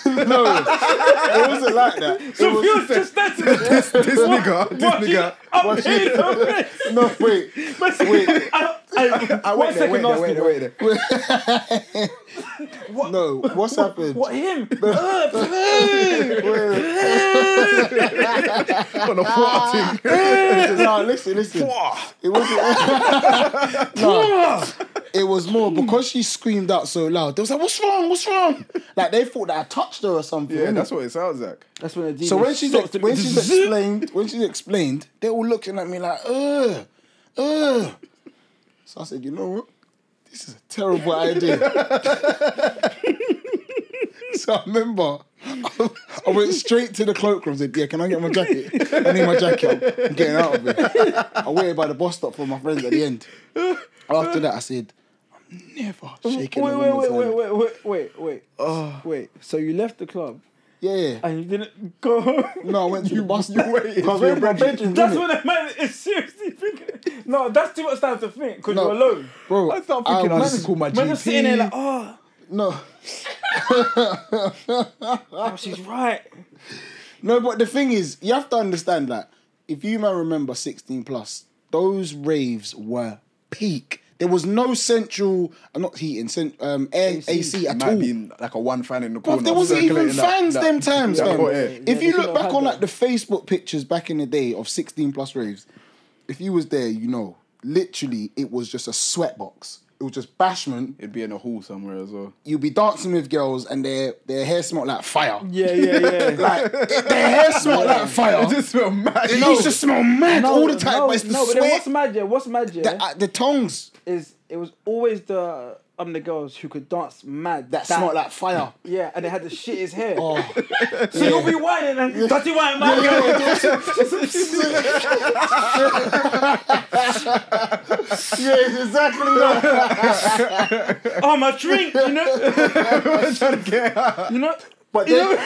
Speaker 2: no, it wasn't like that. It
Speaker 1: So
Speaker 2: was-
Speaker 1: Fiona's just there to this,
Speaker 3: this nigga, this nigga.
Speaker 1: I'm here for
Speaker 2: no, wait.
Speaker 1: this. I, I,
Speaker 3: I
Speaker 1: one
Speaker 3: wait there,
Speaker 1: second,
Speaker 3: wait there,
Speaker 1: nasty,
Speaker 3: wait there,
Speaker 1: bro.
Speaker 3: wait there.
Speaker 2: No, what's happened?
Speaker 1: What him? Uh, please.
Speaker 3: On a farting.
Speaker 2: No, listen, listen. It wasn't. no, it was more because she screamed out so loud. They was like, "What's wrong? What's wrong?" Like they thought that I touched her or something.
Speaker 3: Yeah,
Speaker 2: innit?
Speaker 3: that's what it sounds like.
Speaker 1: That's when the
Speaker 2: So when she's ex- when she's
Speaker 1: she's
Speaker 2: explained, when she's explained, they're all looking at me like, ugh, ugh. So I said, you know what? This is a terrible idea. so I remember I, I went straight to the cloakroom and said, Yeah, can I get my jacket? I need my jacket. I'm getting out of here. I waited by the bus stop for my friends at the end. After that, I said, I'm never shaking
Speaker 1: wait,
Speaker 2: a
Speaker 1: wait,
Speaker 2: woman's
Speaker 1: wait,
Speaker 2: hand.
Speaker 1: wait, wait, wait, wait, wait. Wait. So you left the club
Speaker 2: Yeah.
Speaker 1: and you didn't go home.
Speaker 2: No, I went to the bus stop.
Speaker 3: waited
Speaker 2: I
Speaker 3: for your
Speaker 2: went to my
Speaker 3: jacket.
Speaker 2: bedroom,
Speaker 1: That's
Speaker 2: innit?
Speaker 1: what that man is seriously thinking. No, that's too much time to think because
Speaker 2: No.
Speaker 1: you're alone.
Speaker 2: Bro,
Speaker 3: I start thinking, "Oh, I
Speaker 2: was-
Speaker 3: need to call my
Speaker 1: Man, just sitting there
Speaker 3: GP.
Speaker 1: like, oh,
Speaker 2: no,
Speaker 1: oh, she's right.
Speaker 2: no. But the thing is, you have to understand that if you man remember sixteen plus, those raves were peak. There was no central, uh, not heating, cent, um, air, AC, at all.
Speaker 3: Might be like a one fan in the corner.
Speaker 2: Bruv, there wasn't even
Speaker 3: circulating that-
Speaker 2: fans
Speaker 3: that-
Speaker 2: them times,
Speaker 3: that
Speaker 2: fam.
Speaker 3: hot air.
Speaker 2: If
Speaker 1: they
Speaker 2: you look
Speaker 1: should've
Speaker 2: back
Speaker 1: had
Speaker 2: on
Speaker 1: that.
Speaker 2: like the Facebook pictures back in the day of 16 plus raves, if you was there, you know, literally it was just a sweatbox. It was just bashment.
Speaker 3: It'd be in a hall somewhere as well.
Speaker 2: You'd be dancing with girls and their their hair smelled like fire.
Speaker 1: Yeah, yeah, yeah.
Speaker 2: Like their hair smelled like fire.
Speaker 3: It just smell mad.
Speaker 2: It used to smell mad all the time,
Speaker 1: no,
Speaker 2: but it's the
Speaker 1: no, but then
Speaker 2: sweat,
Speaker 1: what's mad, yeah, what's mad, yeah,
Speaker 2: the, uh, the tongues
Speaker 1: is it was always the um the girls who could dance mad.
Speaker 2: that, smell like fire.
Speaker 1: Yeah, and they had the shit his hair.
Speaker 2: Oh,
Speaker 1: So you'll be whining and dirty white man.
Speaker 2: yeah, it's exactly that.
Speaker 1: oh my drink, you know,
Speaker 3: trying to get out.
Speaker 1: you know.
Speaker 2: But then, but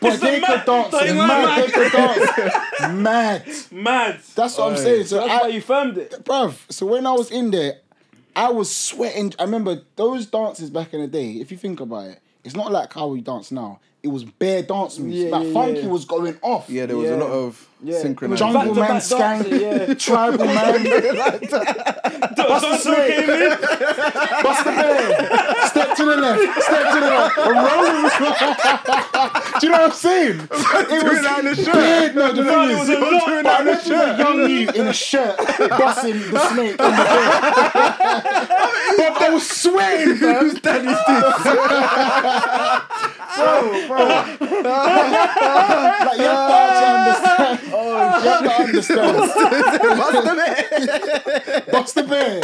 Speaker 1: It's the
Speaker 2: they could
Speaker 1: mad-
Speaker 2: dance,
Speaker 1: the
Speaker 2: mad,
Speaker 1: mad-
Speaker 2: they could dance, mad.
Speaker 1: Mad.
Speaker 2: That's what I'm saying. So
Speaker 1: That's
Speaker 2: I,
Speaker 1: why you firmed it.
Speaker 2: bruv. So when I was in there, I was sweating. I remember those dances back in the day. If you think about it, it's not like how we dance now. It was bare dance moves.
Speaker 1: Yeah,
Speaker 2: like
Speaker 1: yeah,
Speaker 2: funky
Speaker 1: yeah.
Speaker 2: was going off.
Speaker 3: Yeah, there was
Speaker 1: Yeah.
Speaker 3: a lot of
Speaker 1: Yeah.
Speaker 3: synchronized.
Speaker 1: Back
Speaker 2: Jungle
Speaker 1: to back
Speaker 2: man,
Speaker 1: dancing,
Speaker 2: skank,
Speaker 1: yeah.
Speaker 2: tribal man,
Speaker 1: Don't came in.
Speaker 2: bust the bear, step to the left, step to the right, and roll with- Do you know what I'm saying? It was
Speaker 3: that in a shirt.
Speaker 2: bare- No, the
Speaker 1: No,
Speaker 2: thing
Speaker 1: it
Speaker 2: is,
Speaker 1: was a lot.
Speaker 3: doing
Speaker 2: But I
Speaker 3: that in a
Speaker 2: remember the young you in a shirt busting the snake in the bed. But I was sweating, bro.
Speaker 3: Whose dad is this?
Speaker 2: Like, you have to actually understand. Oh, you have to understand.
Speaker 3: Must have been.
Speaker 2: Bust the bear.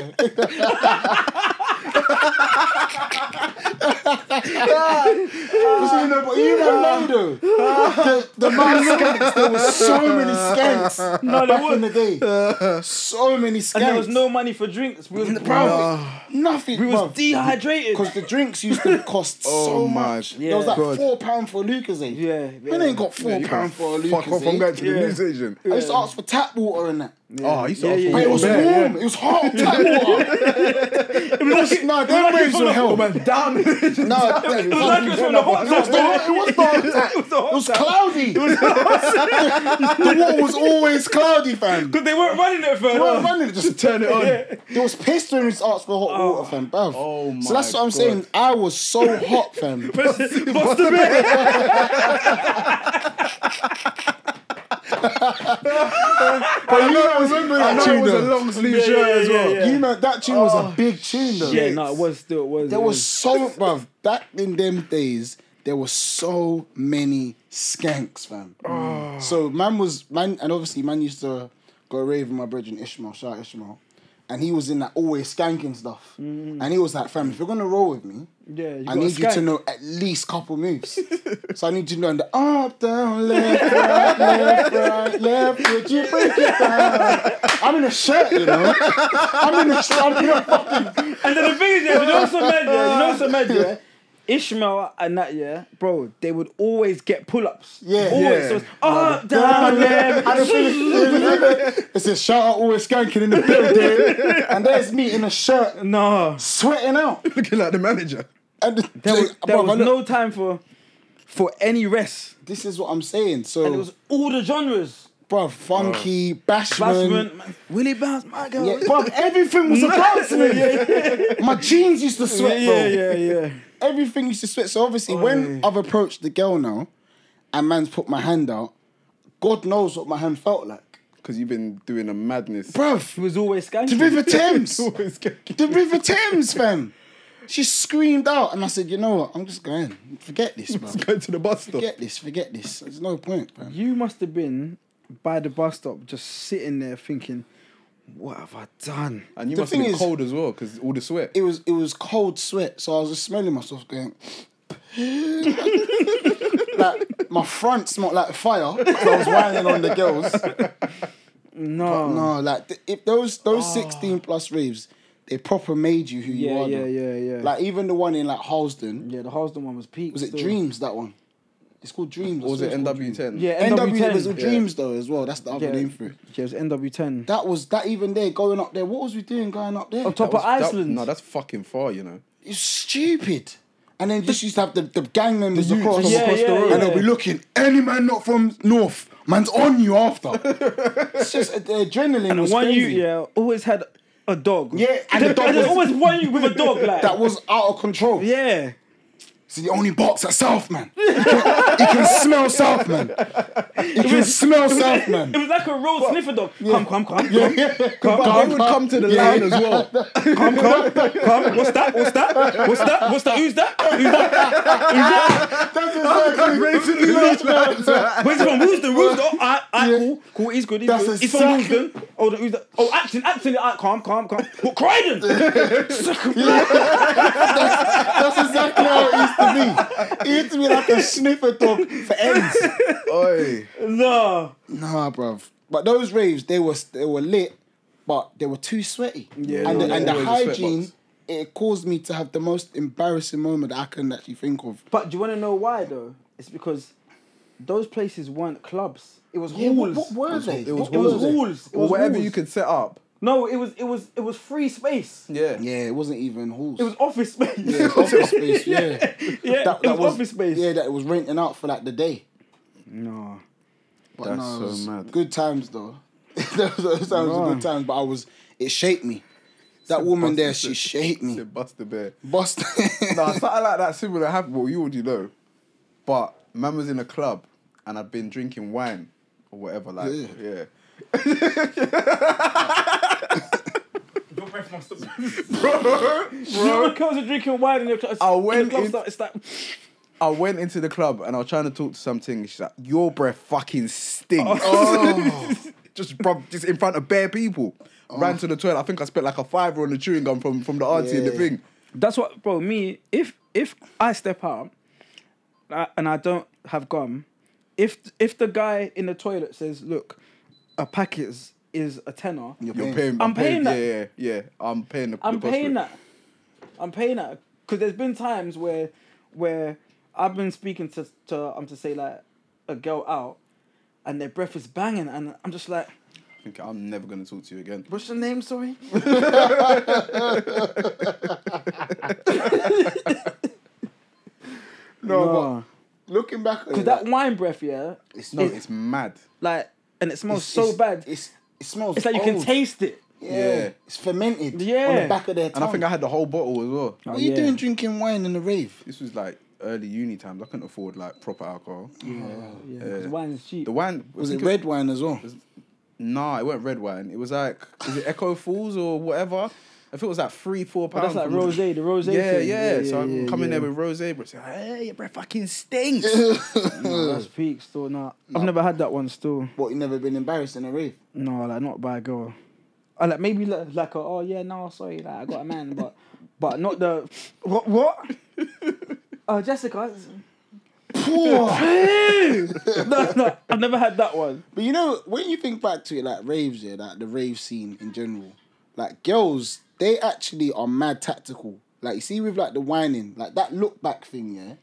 Speaker 2: Because you know, but you know, though. The, the man skanks, there was so many skanks
Speaker 1: No, there
Speaker 2: back in
Speaker 1: was.
Speaker 2: the day. So many skanks.
Speaker 1: And there was no money for drinks. We was,
Speaker 2: Nothing.
Speaker 1: we was
Speaker 2: bruv.
Speaker 1: dehydrated.
Speaker 2: Because the drinks used to cost so
Speaker 3: Oh my
Speaker 2: much. There was like
Speaker 3: God.
Speaker 2: four pound for a Lucasade.
Speaker 1: Yeah,
Speaker 2: Man
Speaker 1: yeah.
Speaker 2: ain't got four pound for a
Speaker 3: Fuck off, I'm
Speaker 2: Lucasade.
Speaker 3: going to the
Speaker 1: Yeah.
Speaker 3: news agent.
Speaker 2: I used to ask for tap water and that.
Speaker 3: Oh, I used to ask
Speaker 1: yeah,
Speaker 3: for
Speaker 2: But it was
Speaker 3: bare,
Speaker 2: warm.
Speaker 3: yeah.
Speaker 2: It was hot. Tap water. it was no, the waves were hell. No,
Speaker 3: Woman down.
Speaker 2: that- it was
Speaker 1: like it was from the hot
Speaker 2: It was the hot- it was the hot tap. It
Speaker 1: the hot
Speaker 2: was cloudy. The water was always cloudy, fam.
Speaker 1: Because they weren't running it
Speaker 2: They weren't
Speaker 1: further.
Speaker 2: running it, just turn it
Speaker 3: on.
Speaker 2: They was pissed when we asked for hot water, fam. Bruv.
Speaker 3: Oh
Speaker 2: so that's
Speaker 3: my
Speaker 2: what I'm
Speaker 3: God.
Speaker 2: saying. I was so hot, fam.
Speaker 1: Bust the bit.
Speaker 2: But you know, remember
Speaker 3: I
Speaker 2: that
Speaker 3: know it
Speaker 2: tune
Speaker 3: was a
Speaker 2: though.
Speaker 3: long sleeve
Speaker 1: Yeah,
Speaker 3: shirt
Speaker 1: yeah,
Speaker 3: as
Speaker 1: yeah,
Speaker 3: well.
Speaker 1: yeah.
Speaker 2: You know that tune was a big tune though.
Speaker 1: Yeah, no, it was still, it was.
Speaker 2: There
Speaker 1: it
Speaker 2: was so bruv back in them days. There were so many skanks, fam.
Speaker 1: Ah.
Speaker 2: So man was man, and obviously man used to go rave with my brethren Ishmael, shout out Ishmael, and he was in that always skanking stuff. And he was like, fam, if you're gonna roll with me,
Speaker 1: Mm. Yeah, you
Speaker 2: I
Speaker 1: gotta
Speaker 2: need you to
Speaker 1: skank.
Speaker 2: know at least couple moves. so I need you to know the up, down, left, right, left, right, left. Would you break it down? I'm in a shirt, you know. I'm in a shirt. I'm in a fucking
Speaker 1: And then the thing is, yeah, you know what's so mad, yeah? You know what's so mad, yeah? Ishmael and that, yeah, bro, they would always get pull ups.
Speaker 2: Yeah.
Speaker 1: Always.
Speaker 3: Yeah.
Speaker 1: So it's up, down, left.
Speaker 2: I just finished- It says shout out always skanking in the building, and there's me in a shirt
Speaker 1: No.
Speaker 2: sweating out.
Speaker 3: Looking like the manager.
Speaker 2: And the,
Speaker 1: There was, there
Speaker 2: bruv, I
Speaker 1: was
Speaker 2: look-
Speaker 1: no time for for any rest.
Speaker 2: This is what I'm saying.
Speaker 1: And it
Speaker 2: So,
Speaker 1: was all the genres.
Speaker 2: bruv, funky, bashment.
Speaker 1: Bassman, man, Willie Bounce, my girl.
Speaker 2: Yeah, bruv, everything was a bounce man. My jeans used to
Speaker 1: yeah,
Speaker 2: sweat,
Speaker 1: yeah,
Speaker 2: bro.
Speaker 1: yeah, yeah.
Speaker 2: Everything used to sweat. So obviously, when I've approached the girl now, and man's put my hand out, God knows what my hand felt like,
Speaker 3: Because you've been doing a madness.
Speaker 1: He
Speaker 2: bruv.
Speaker 1: was always skanking.
Speaker 2: The River Thames.
Speaker 3: Always get-
Speaker 2: The River Thames, fam. She screamed out, and I said, "You know what? I'm just going. Forget this, man.
Speaker 3: Go to the bus stop.
Speaker 2: Forget this. Forget this. There's no point, man.
Speaker 1: You must have been by the bus stop just sitting there thinking, what have I done?
Speaker 3: And you
Speaker 2: The
Speaker 3: must have
Speaker 2: thing
Speaker 3: been
Speaker 2: is-
Speaker 3: cold as well because all the sweat.
Speaker 2: It was it was cold sweat, so I was just smelling myself, going, like my front smelled like fire. 'cause I was whining on the girls.
Speaker 1: No.
Speaker 2: No, like th- if those those 16 plus raves, they proper made you who
Speaker 1: Oh. Yeah,
Speaker 2: you are.
Speaker 1: yeah,
Speaker 2: now.
Speaker 1: yeah, yeah.
Speaker 2: Like even the one in like Halsden,
Speaker 1: yeah, the Halston one was peak.
Speaker 2: was it
Speaker 1: still.
Speaker 2: Dreams that one? It's called Dreams.
Speaker 3: Or was it NW10?
Speaker 1: Yeah, NW10.
Speaker 2: NW was
Speaker 1: yeah.
Speaker 2: Dreams though as well. That's the other
Speaker 1: Yeah,
Speaker 2: name for it.
Speaker 1: it was NW10.
Speaker 2: That was that even there going up there. What was we doing going up there?
Speaker 1: On top of
Speaker 3: That-
Speaker 1: Iceland.
Speaker 3: no, that's fucking far, you know.
Speaker 2: It's stupid. And then just used to have the, the gang members across,
Speaker 1: Yeah,
Speaker 2: across
Speaker 1: yeah,
Speaker 2: the road,
Speaker 1: yeah.
Speaker 2: and they'll be looking. Any man not from north, man's on you after. it's just uh, the adrenaline
Speaker 1: and
Speaker 2: was
Speaker 1: one
Speaker 2: crazy.
Speaker 1: you, yeah, always had a dog.
Speaker 2: Yeah, and the dog
Speaker 1: there's always
Speaker 2: was-
Speaker 1: one you with a dog, like.
Speaker 2: That was out of control.
Speaker 1: yeah.
Speaker 2: It's the only box at South man. You can, you can smell South man. You can smell South man.
Speaker 1: It was like a road sniffer dog. Come, come, come.
Speaker 3: But they would come to the
Speaker 2: Yeah.
Speaker 3: line as well.
Speaker 1: Come, come, come. What's that? What's that? What's that? What's that? Who's that? Who's that?
Speaker 2: That's exactly
Speaker 1: Where's he from? Woosden, Woosden. Oh, I, I,
Speaker 2: Yeah.
Speaker 1: cool, cool. He's good. He's
Speaker 2: That's
Speaker 1: good. He's
Speaker 2: exactly-
Speaker 1: from Woosden. Oh, the, who's that? Oh, Acton, Acton. I, calm, calm, calm. What, Croydon?
Speaker 2: That's exactly how it used to be. It used to be like a sniffer dog for ends.
Speaker 3: Oi.
Speaker 1: no.
Speaker 2: Nah, bruv. But those raves, they were they were lit, but they were too sweaty.
Speaker 1: Yeah,
Speaker 2: and
Speaker 1: yeah,
Speaker 2: the, and the
Speaker 3: always a sweat box.
Speaker 2: hygiene, it caused me to have the most embarrassing moment that I can actually think of.
Speaker 1: But do you want to know why though? It's because those places weren't clubs. It was
Speaker 2: Yeah,
Speaker 1: halls.
Speaker 2: what, what were they?
Speaker 3: It was
Speaker 2: What were
Speaker 1: halls.
Speaker 2: they?
Speaker 1: halls. It
Speaker 3: Or
Speaker 1: was
Speaker 3: whatever
Speaker 1: halls.
Speaker 3: you could set up.
Speaker 1: No, it was it was it was free space.
Speaker 3: Yeah.
Speaker 2: Yeah, it wasn't even halls.
Speaker 1: It was office space.
Speaker 2: Yeah, it was office space. Yeah, yeah.
Speaker 1: yeah, it was, office space.
Speaker 2: Yeah, that it was renting out for like the day.
Speaker 1: No.
Speaker 2: But
Speaker 3: That's
Speaker 2: no, it
Speaker 3: so
Speaker 2: was
Speaker 3: mad.
Speaker 2: Good times though. those those times were good times, but I was it shaped me. That woman there, she shaped me.
Speaker 3: Said bust the bear.
Speaker 2: Bust.
Speaker 3: Nah, something like that similar happened. Well, you already know. But man was in a club and I'd been drinking wine or whatever. Like,
Speaker 2: Yeah.
Speaker 3: yeah.
Speaker 1: Your breath must have been.
Speaker 3: Bro,
Speaker 1: You know when girls are drinking wine and they're
Speaker 3: I went
Speaker 1: in the club
Speaker 3: in-
Speaker 1: start- it's like
Speaker 3: I went into the club and I was trying to talk to something. She's like, "Your breath fucking stinks." Oh. just bro, just in front of bare people. Ran to the toilet. I think I spent like a fiver on the chewing gum from from the auntie in the
Speaker 2: Yeah.
Speaker 3: thing.
Speaker 1: That's what, bro. Me, if if I step out uh, and I don't have gum, if if the guy in the toilet says, "Look, a packet is, is a tenner,"
Speaker 3: You're
Speaker 2: paying.
Speaker 3: paying.
Speaker 1: I'm paying that.
Speaker 3: Yeah, yeah, yeah. I'm paying the.
Speaker 1: I'm
Speaker 3: the cost
Speaker 1: paying
Speaker 3: for it.
Speaker 1: that. I'm paying that because there's been times where where I've been speaking to to um to say like a girl out, and their breath is banging, and I'm just like,
Speaker 3: thinking, I'm never going to talk to you again.
Speaker 1: What's your name, sorry?
Speaker 2: No, but looking back on
Speaker 1: Because
Speaker 2: it,
Speaker 1: that
Speaker 2: like,
Speaker 1: wine breath, yeah,
Speaker 2: it's
Speaker 3: No,
Speaker 2: not.
Speaker 3: it's,
Speaker 2: It's,
Speaker 3: mad.
Speaker 1: like, and it smells
Speaker 2: it's-
Speaker 1: so
Speaker 2: it's-
Speaker 1: bad. It's,
Speaker 2: It's it smells.
Speaker 1: like you can
Speaker 2: old.
Speaker 1: taste it.
Speaker 2: Yeah.
Speaker 3: Yeah.
Speaker 2: it's fermented. on
Speaker 1: Yeah.
Speaker 2: the back of their tongue.
Speaker 3: And I think I had the whole bottle as well.
Speaker 2: what
Speaker 1: Oh,
Speaker 2: are you
Speaker 1: yeah.
Speaker 2: doing drinking wine in a rave?
Speaker 3: This was like early uni times. I couldn't afford like proper alcohol.
Speaker 1: Yeah, 'cause wine's cheap.
Speaker 3: The wine
Speaker 2: Was
Speaker 3: I
Speaker 2: it
Speaker 3: think
Speaker 2: red wine as well?
Speaker 3: Nah, it wasn't red wine. It was like is it Echo Falls or whatever? I think it was like three, four
Speaker 1: But
Speaker 3: pounds.
Speaker 1: Oh, that's like
Speaker 3: from-
Speaker 1: rose, the rose.
Speaker 3: Yeah, yeah,
Speaker 1: thing.
Speaker 3: So I'm
Speaker 1: yeah,
Speaker 3: coming
Speaker 1: yeah.
Speaker 3: there with rose, but it's like, hey, your breath fucking stinks.
Speaker 1: No, that's peak still. Nah. I've never had that one still.
Speaker 2: What you never been embarrassed in a rave?
Speaker 1: No, like not by a girl. I like maybe like, like a, oh yeah no sorry like I got a man but but not the what what oh Jessica no no I've never had that one
Speaker 2: But you know, when you think back to it, like raves, yeah, like the rave scene in general, like girls, they actually are mad tactical. Like you see with like the whining, like that look back thing, yeah,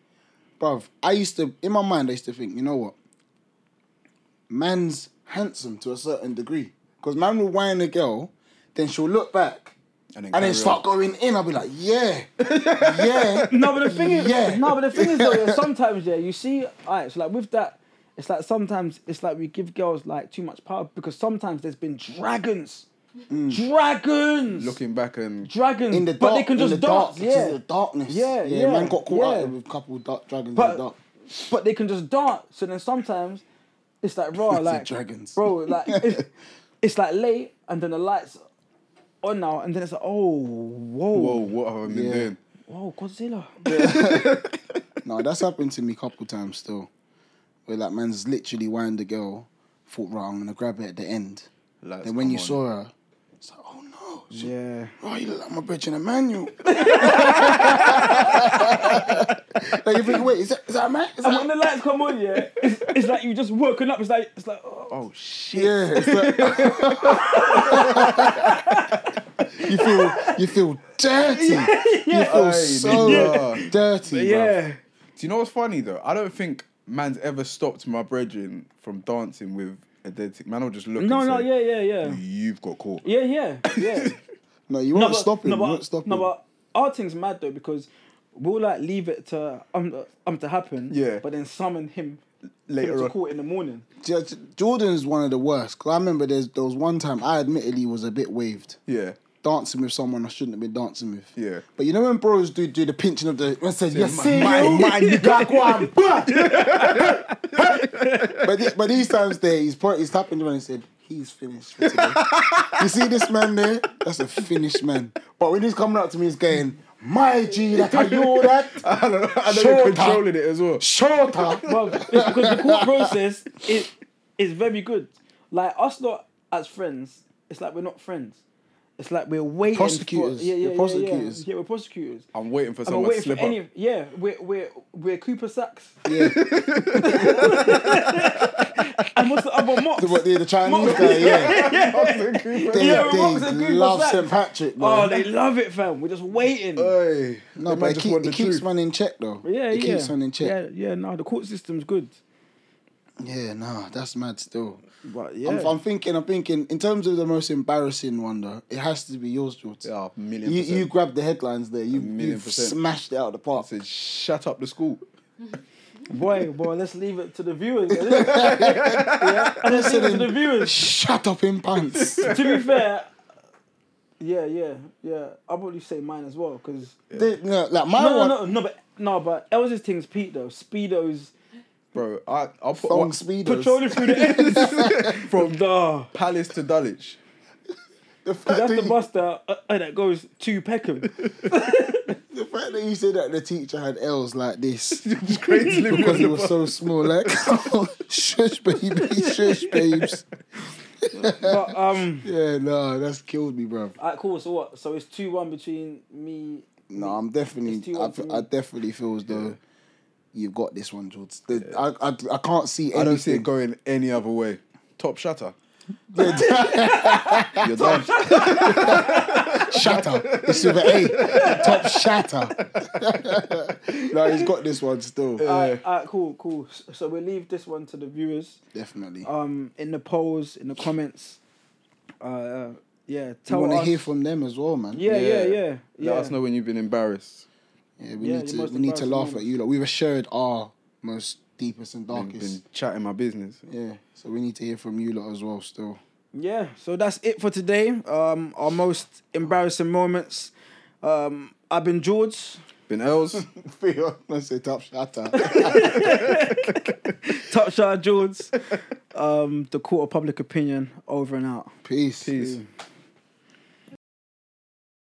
Speaker 2: bruv. I used to, in my mind, I used to think, you know what, man's handsome to a certain degree, because man will whine a girl, then she'll look back
Speaker 3: And
Speaker 2: and
Speaker 3: carry
Speaker 2: then
Speaker 3: on.
Speaker 2: start going in. I'll be like, yeah, yeah,
Speaker 1: no but the thing is
Speaker 2: Yeah.
Speaker 1: no but the thing is though yeah, sometimes yeah you see alright so like with that it's like sometimes it's like we give girls like too much power because sometimes there's been dragons dragons
Speaker 3: Looking back and
Speaker 1: dragons
Speaker 2: Mm. in the dark,
Speaker 1: but they can just
Speaker 2: in the dark,
Speaker 1: dance
Speaker 2: because of
Speaker 1: yeah
Speaker 2: the darkness.
Speaker 1: Yeah,
Speaker 2: yeah,
Speaker 1: yeah,
Speaker 2: man got caught
Speaker 1: yeah.
Speaker 2: up with a couple dark dragons in
Speaker 1: But-
Speaker 2: the dark.
Speaker 1: but they can just dance. So then sometimes it's like raw,
Speaker 2: Said
Speaker 1: like
Speaker 2: dragons.
Speaker 1: bro, like it's, it's like late, and then the lights on now, and then it's like oh whoa
Speaker 3: whoa,
Speaker 1: whoa,
Speaker 3: what have I been
Speaker 2: Yeah.
Speaker 3: doing?
Speaker 1: Godzilla.
Speaker 2: No, that's happened to me a couple times still. Where like man's literally whined the girl, thought right, I'm gonna grab it at the end.
Speaker 3: Lads,
Speaker 2: then when
Speaker 3: come
Speaker 2: you
Speaker 3: on.
Speaker 2: saw her, it's like, oh no, she,
Speaker 1: Yeah,
Speaker 2: oh you look like my bitch in a manual. like you think, wait, is that is that a man? Is
Speaker 1: and
Speaker 2: that
Speaker 1: when the lights come on, yeah, it's, it's like you just woken up. It's like it's like oh,
Speaker 3: Oh shit.
Speaker 2: yeah, it's like, you feel you feel dirty. You feel so
Speaker 3: yeah.
Speaker 2: dirty. bruv.
Speaker 1: yeah,
Speaker 3: Do you know what's funny though? I don't think man's ever stopped my brethren from dancing with a dead tick. Man will just look
Speaker 1: no
Speaker 3: and
Speaker 1: no
Speaker 3: say,
Speaker 1: yeah yeah yeah
Speaker 3: You've got caught.
Speaker 1: yeah yeah yeah.
Speaker 2: No, you won't
Speaker 1: but-
Speaker 2: stop him.
Speaker 1: No,
Speaker 2: you
Speaker 1: but,
Speaker 2: won't stop
Speaker 1: no,
Speaker 2: him.
Speaker 1: but our thing's mad though because we'll like leave it to um um to happen.
Speaker 3: Yeah.
Speaker 1: But then summon him
Speaker 3: Later
Speaker 1: him to
Speaker 3: on.
Speaker 1: court in the morning.
Speaker 2: J- Jordan's one of the worst. Cause I remember there's, there was one time I admittedly was a bit waved.
Speaker 3: Yeah.
Speaker 2: Dancing with someone I shouldn't have been dancing with.
Speaker 3: Yeah.
Speaker 2: But you know when bros do do the pinching of the when says you
Speaker 3: my-
Speaker 2: see
Speaker 3: my-
Speaker 2: you,
Speaker 3: my
Speaker 2: Like, one, but but, the- but these times there he's probably he's tapping the one and said he's finished. For today. you see this man there? That's a finished man. But when he's coming up to me, he's going, "My G, that how you all that
Speaker 3: I know, I know
Speaker 2: Shorter.
Speaker 3: you're controlling it as well.
Speaker 2: shorter."
Speaker 1: Well, it's because the court process is is very good. Like us not as friends, it's like we're not friends. It's like we're waiting.
Speaker 2: Prosecutors.
Speaker 1: For, yeah, yeah,
Speaker 2: You're
Speaker 1: yeah,
Speaker 2: prosecutors.
Speaker 1: Yeah, yeah, we're prosecutors.
Speaker 3: I'm waiting for
Speaker 1: And we're
Speaker 3: someone to
Speaker 1: waiting
Speaker 3: slip
Speaker 1: for any.
Speaker 3: up.
Speaker 1: Yeah, we're we're we're Cooper Sacks.
Speaker 2: Yeah.
Speaker 1: And what's the other Mox?
Speaker 2: What the, the Chinese
Speaker 1: Mox-
Speaker 2: guy? Yeah. They,
Speaker 1: Yeah,
Speaker 2: they
Speaker 1: Mox and Cooper
Speaker 2: love
Speaker 1: Sacks.
Speaker 2: St. Patrick. Man.
Speaker 1: Oh, they love it, fam. We're just waiting.
Speaker 2: Uh,
Speaker 3: Hey,
Speaker 2: No,
Speaker 3: the
Speaker 2: but
Speaker 3: man
Speaker 2: it,
Speaker 3: just
Speaker 2: keep,
Speaker 3: want
Speaker 2: it
Speaker 3: the
Speaker 2: keeps
Speaker 3: truth.
Speaker 2: man in check though.
Speaker 1: yeah,
Speaker 2: it
Speaker 1: yeah.
Speaker 2: keeps man in check.
Speaker 1: Yeah, yeah. No, the court system's good,
Speaker 2: Yeah, no, that's mad still.
Speaker 1: but yeah,
Speaker 2: I'm, I'm thinking, I'm thinking, in terms of the most embarrassing one though, it has to be yours, Jordan.
Speaker 3: Yeah, a million
Speaker 2: You
Speaker 3: percent.
Speaker 2: you grabbed the headlines there. You
Speaker 3: million
Speaker 2: you
Speaker 3: percent.
Speaker 2: smashed it out of the park.
Speaker 3: said, shut up the school.
Speaker 1: boy, boy. Let's leave it to the viewers. yeah, let's leave it to the viewers.
Speaker 2: Shut up in pants.
Speaker 1: to be fair, yeah, yeah, yeah. I'll probably say mine as well because
Speaker 2: They- no, like my
Speaker 1: no, no,
Speaker 2: one,
Speaker 1: no, no, but no, but Elsa's thing's Pete though. Speedos,
Speaker 3: Bro, I, I'll put
Speaker 2: thong
Speaker 3: one-
Speaker 2: speedos.
Speaker 1: patrolling through the ends from the
Speaker 3: Palace to Dulwich.
Speaker 2: the, fact
Speaker 1: that's
Speaker 2: that
Speaker 1: the
Speaker 2: you-
Speaker 1: buster uh, uh, that goes to Peckham.
Speaker 2: the fact that you said that the teacher had L's like this
Speaker 3: Just crazily
Speaker 2: because he
Speaker 3: running
Speaker 2: was
Speaker 3: past.
Speaker 2: so small, like shush baby, shush babes.
Speaker 1: But um,
Speaker 2: Yeah, no, that's killed me, bruv.
Speaker 1: alright, cool. So what? So it's two one between me.
Speaker 2: No, I'm
Speaker 1: It's
Speaker 2: definitely.
Speaker 1: too
Speaker 2: I,
Speaker 1: hard for me.
Speaker 2: I definitely feel as though you've got this one, George. The- I, I, I can't see anything.
Speaker 3: I don't see it going any other way. Top shutter. You're done.
Speaker 2: shatter. It's with an A. Top shatter. no, he's got this one still.
Speaker 1: Alright, alright, cool, cool. So we'll leave this one to the viewers.
Speaker 2: definitely.
Speaker 1: Um, in the polls, in the comments, Uh, yeah,
Speaker 2: You
Speaker 1: tell
Speaker 2: want to
Speaker 1: us-
Speaker 2: hear from them as well, man.
Speaker 1: Yeah, yeah, yeah.
Speaker 3: Yeah.
Speaker 1: yeah.
Speaker 3: Let us know when you've been embarrassed.
Speaker 2: Yeah, we
Speaker 1: Yeah,
Speaker 2: need
Speaker 1: your
Speaker 2: to
Speaker 1: most
Speaker 2: we need to
Speaker 1: embarrassing
Speaker 2: laugh at
Speaker 1: moments.
Speaker 2: you. Like we've shared our most deepest and
Speaker 3: Been, been
Speaker 2: darkest.
Speaker 3: chatting my business.
Speaker 2: Yeah, so we need to hear from you lot as well. Still,
Speaker 1: Yeah, so that's it for today. Um, our most embarrassing moments. Um, I've been George.
Speaker 3: Been Earls.
Speaker 2: let's say top shatter.
Speaker 1: Touchdown, George. Um, the court of public opinion. Over and out.
Speaker 2: Peace.
Speaker 3: Peace.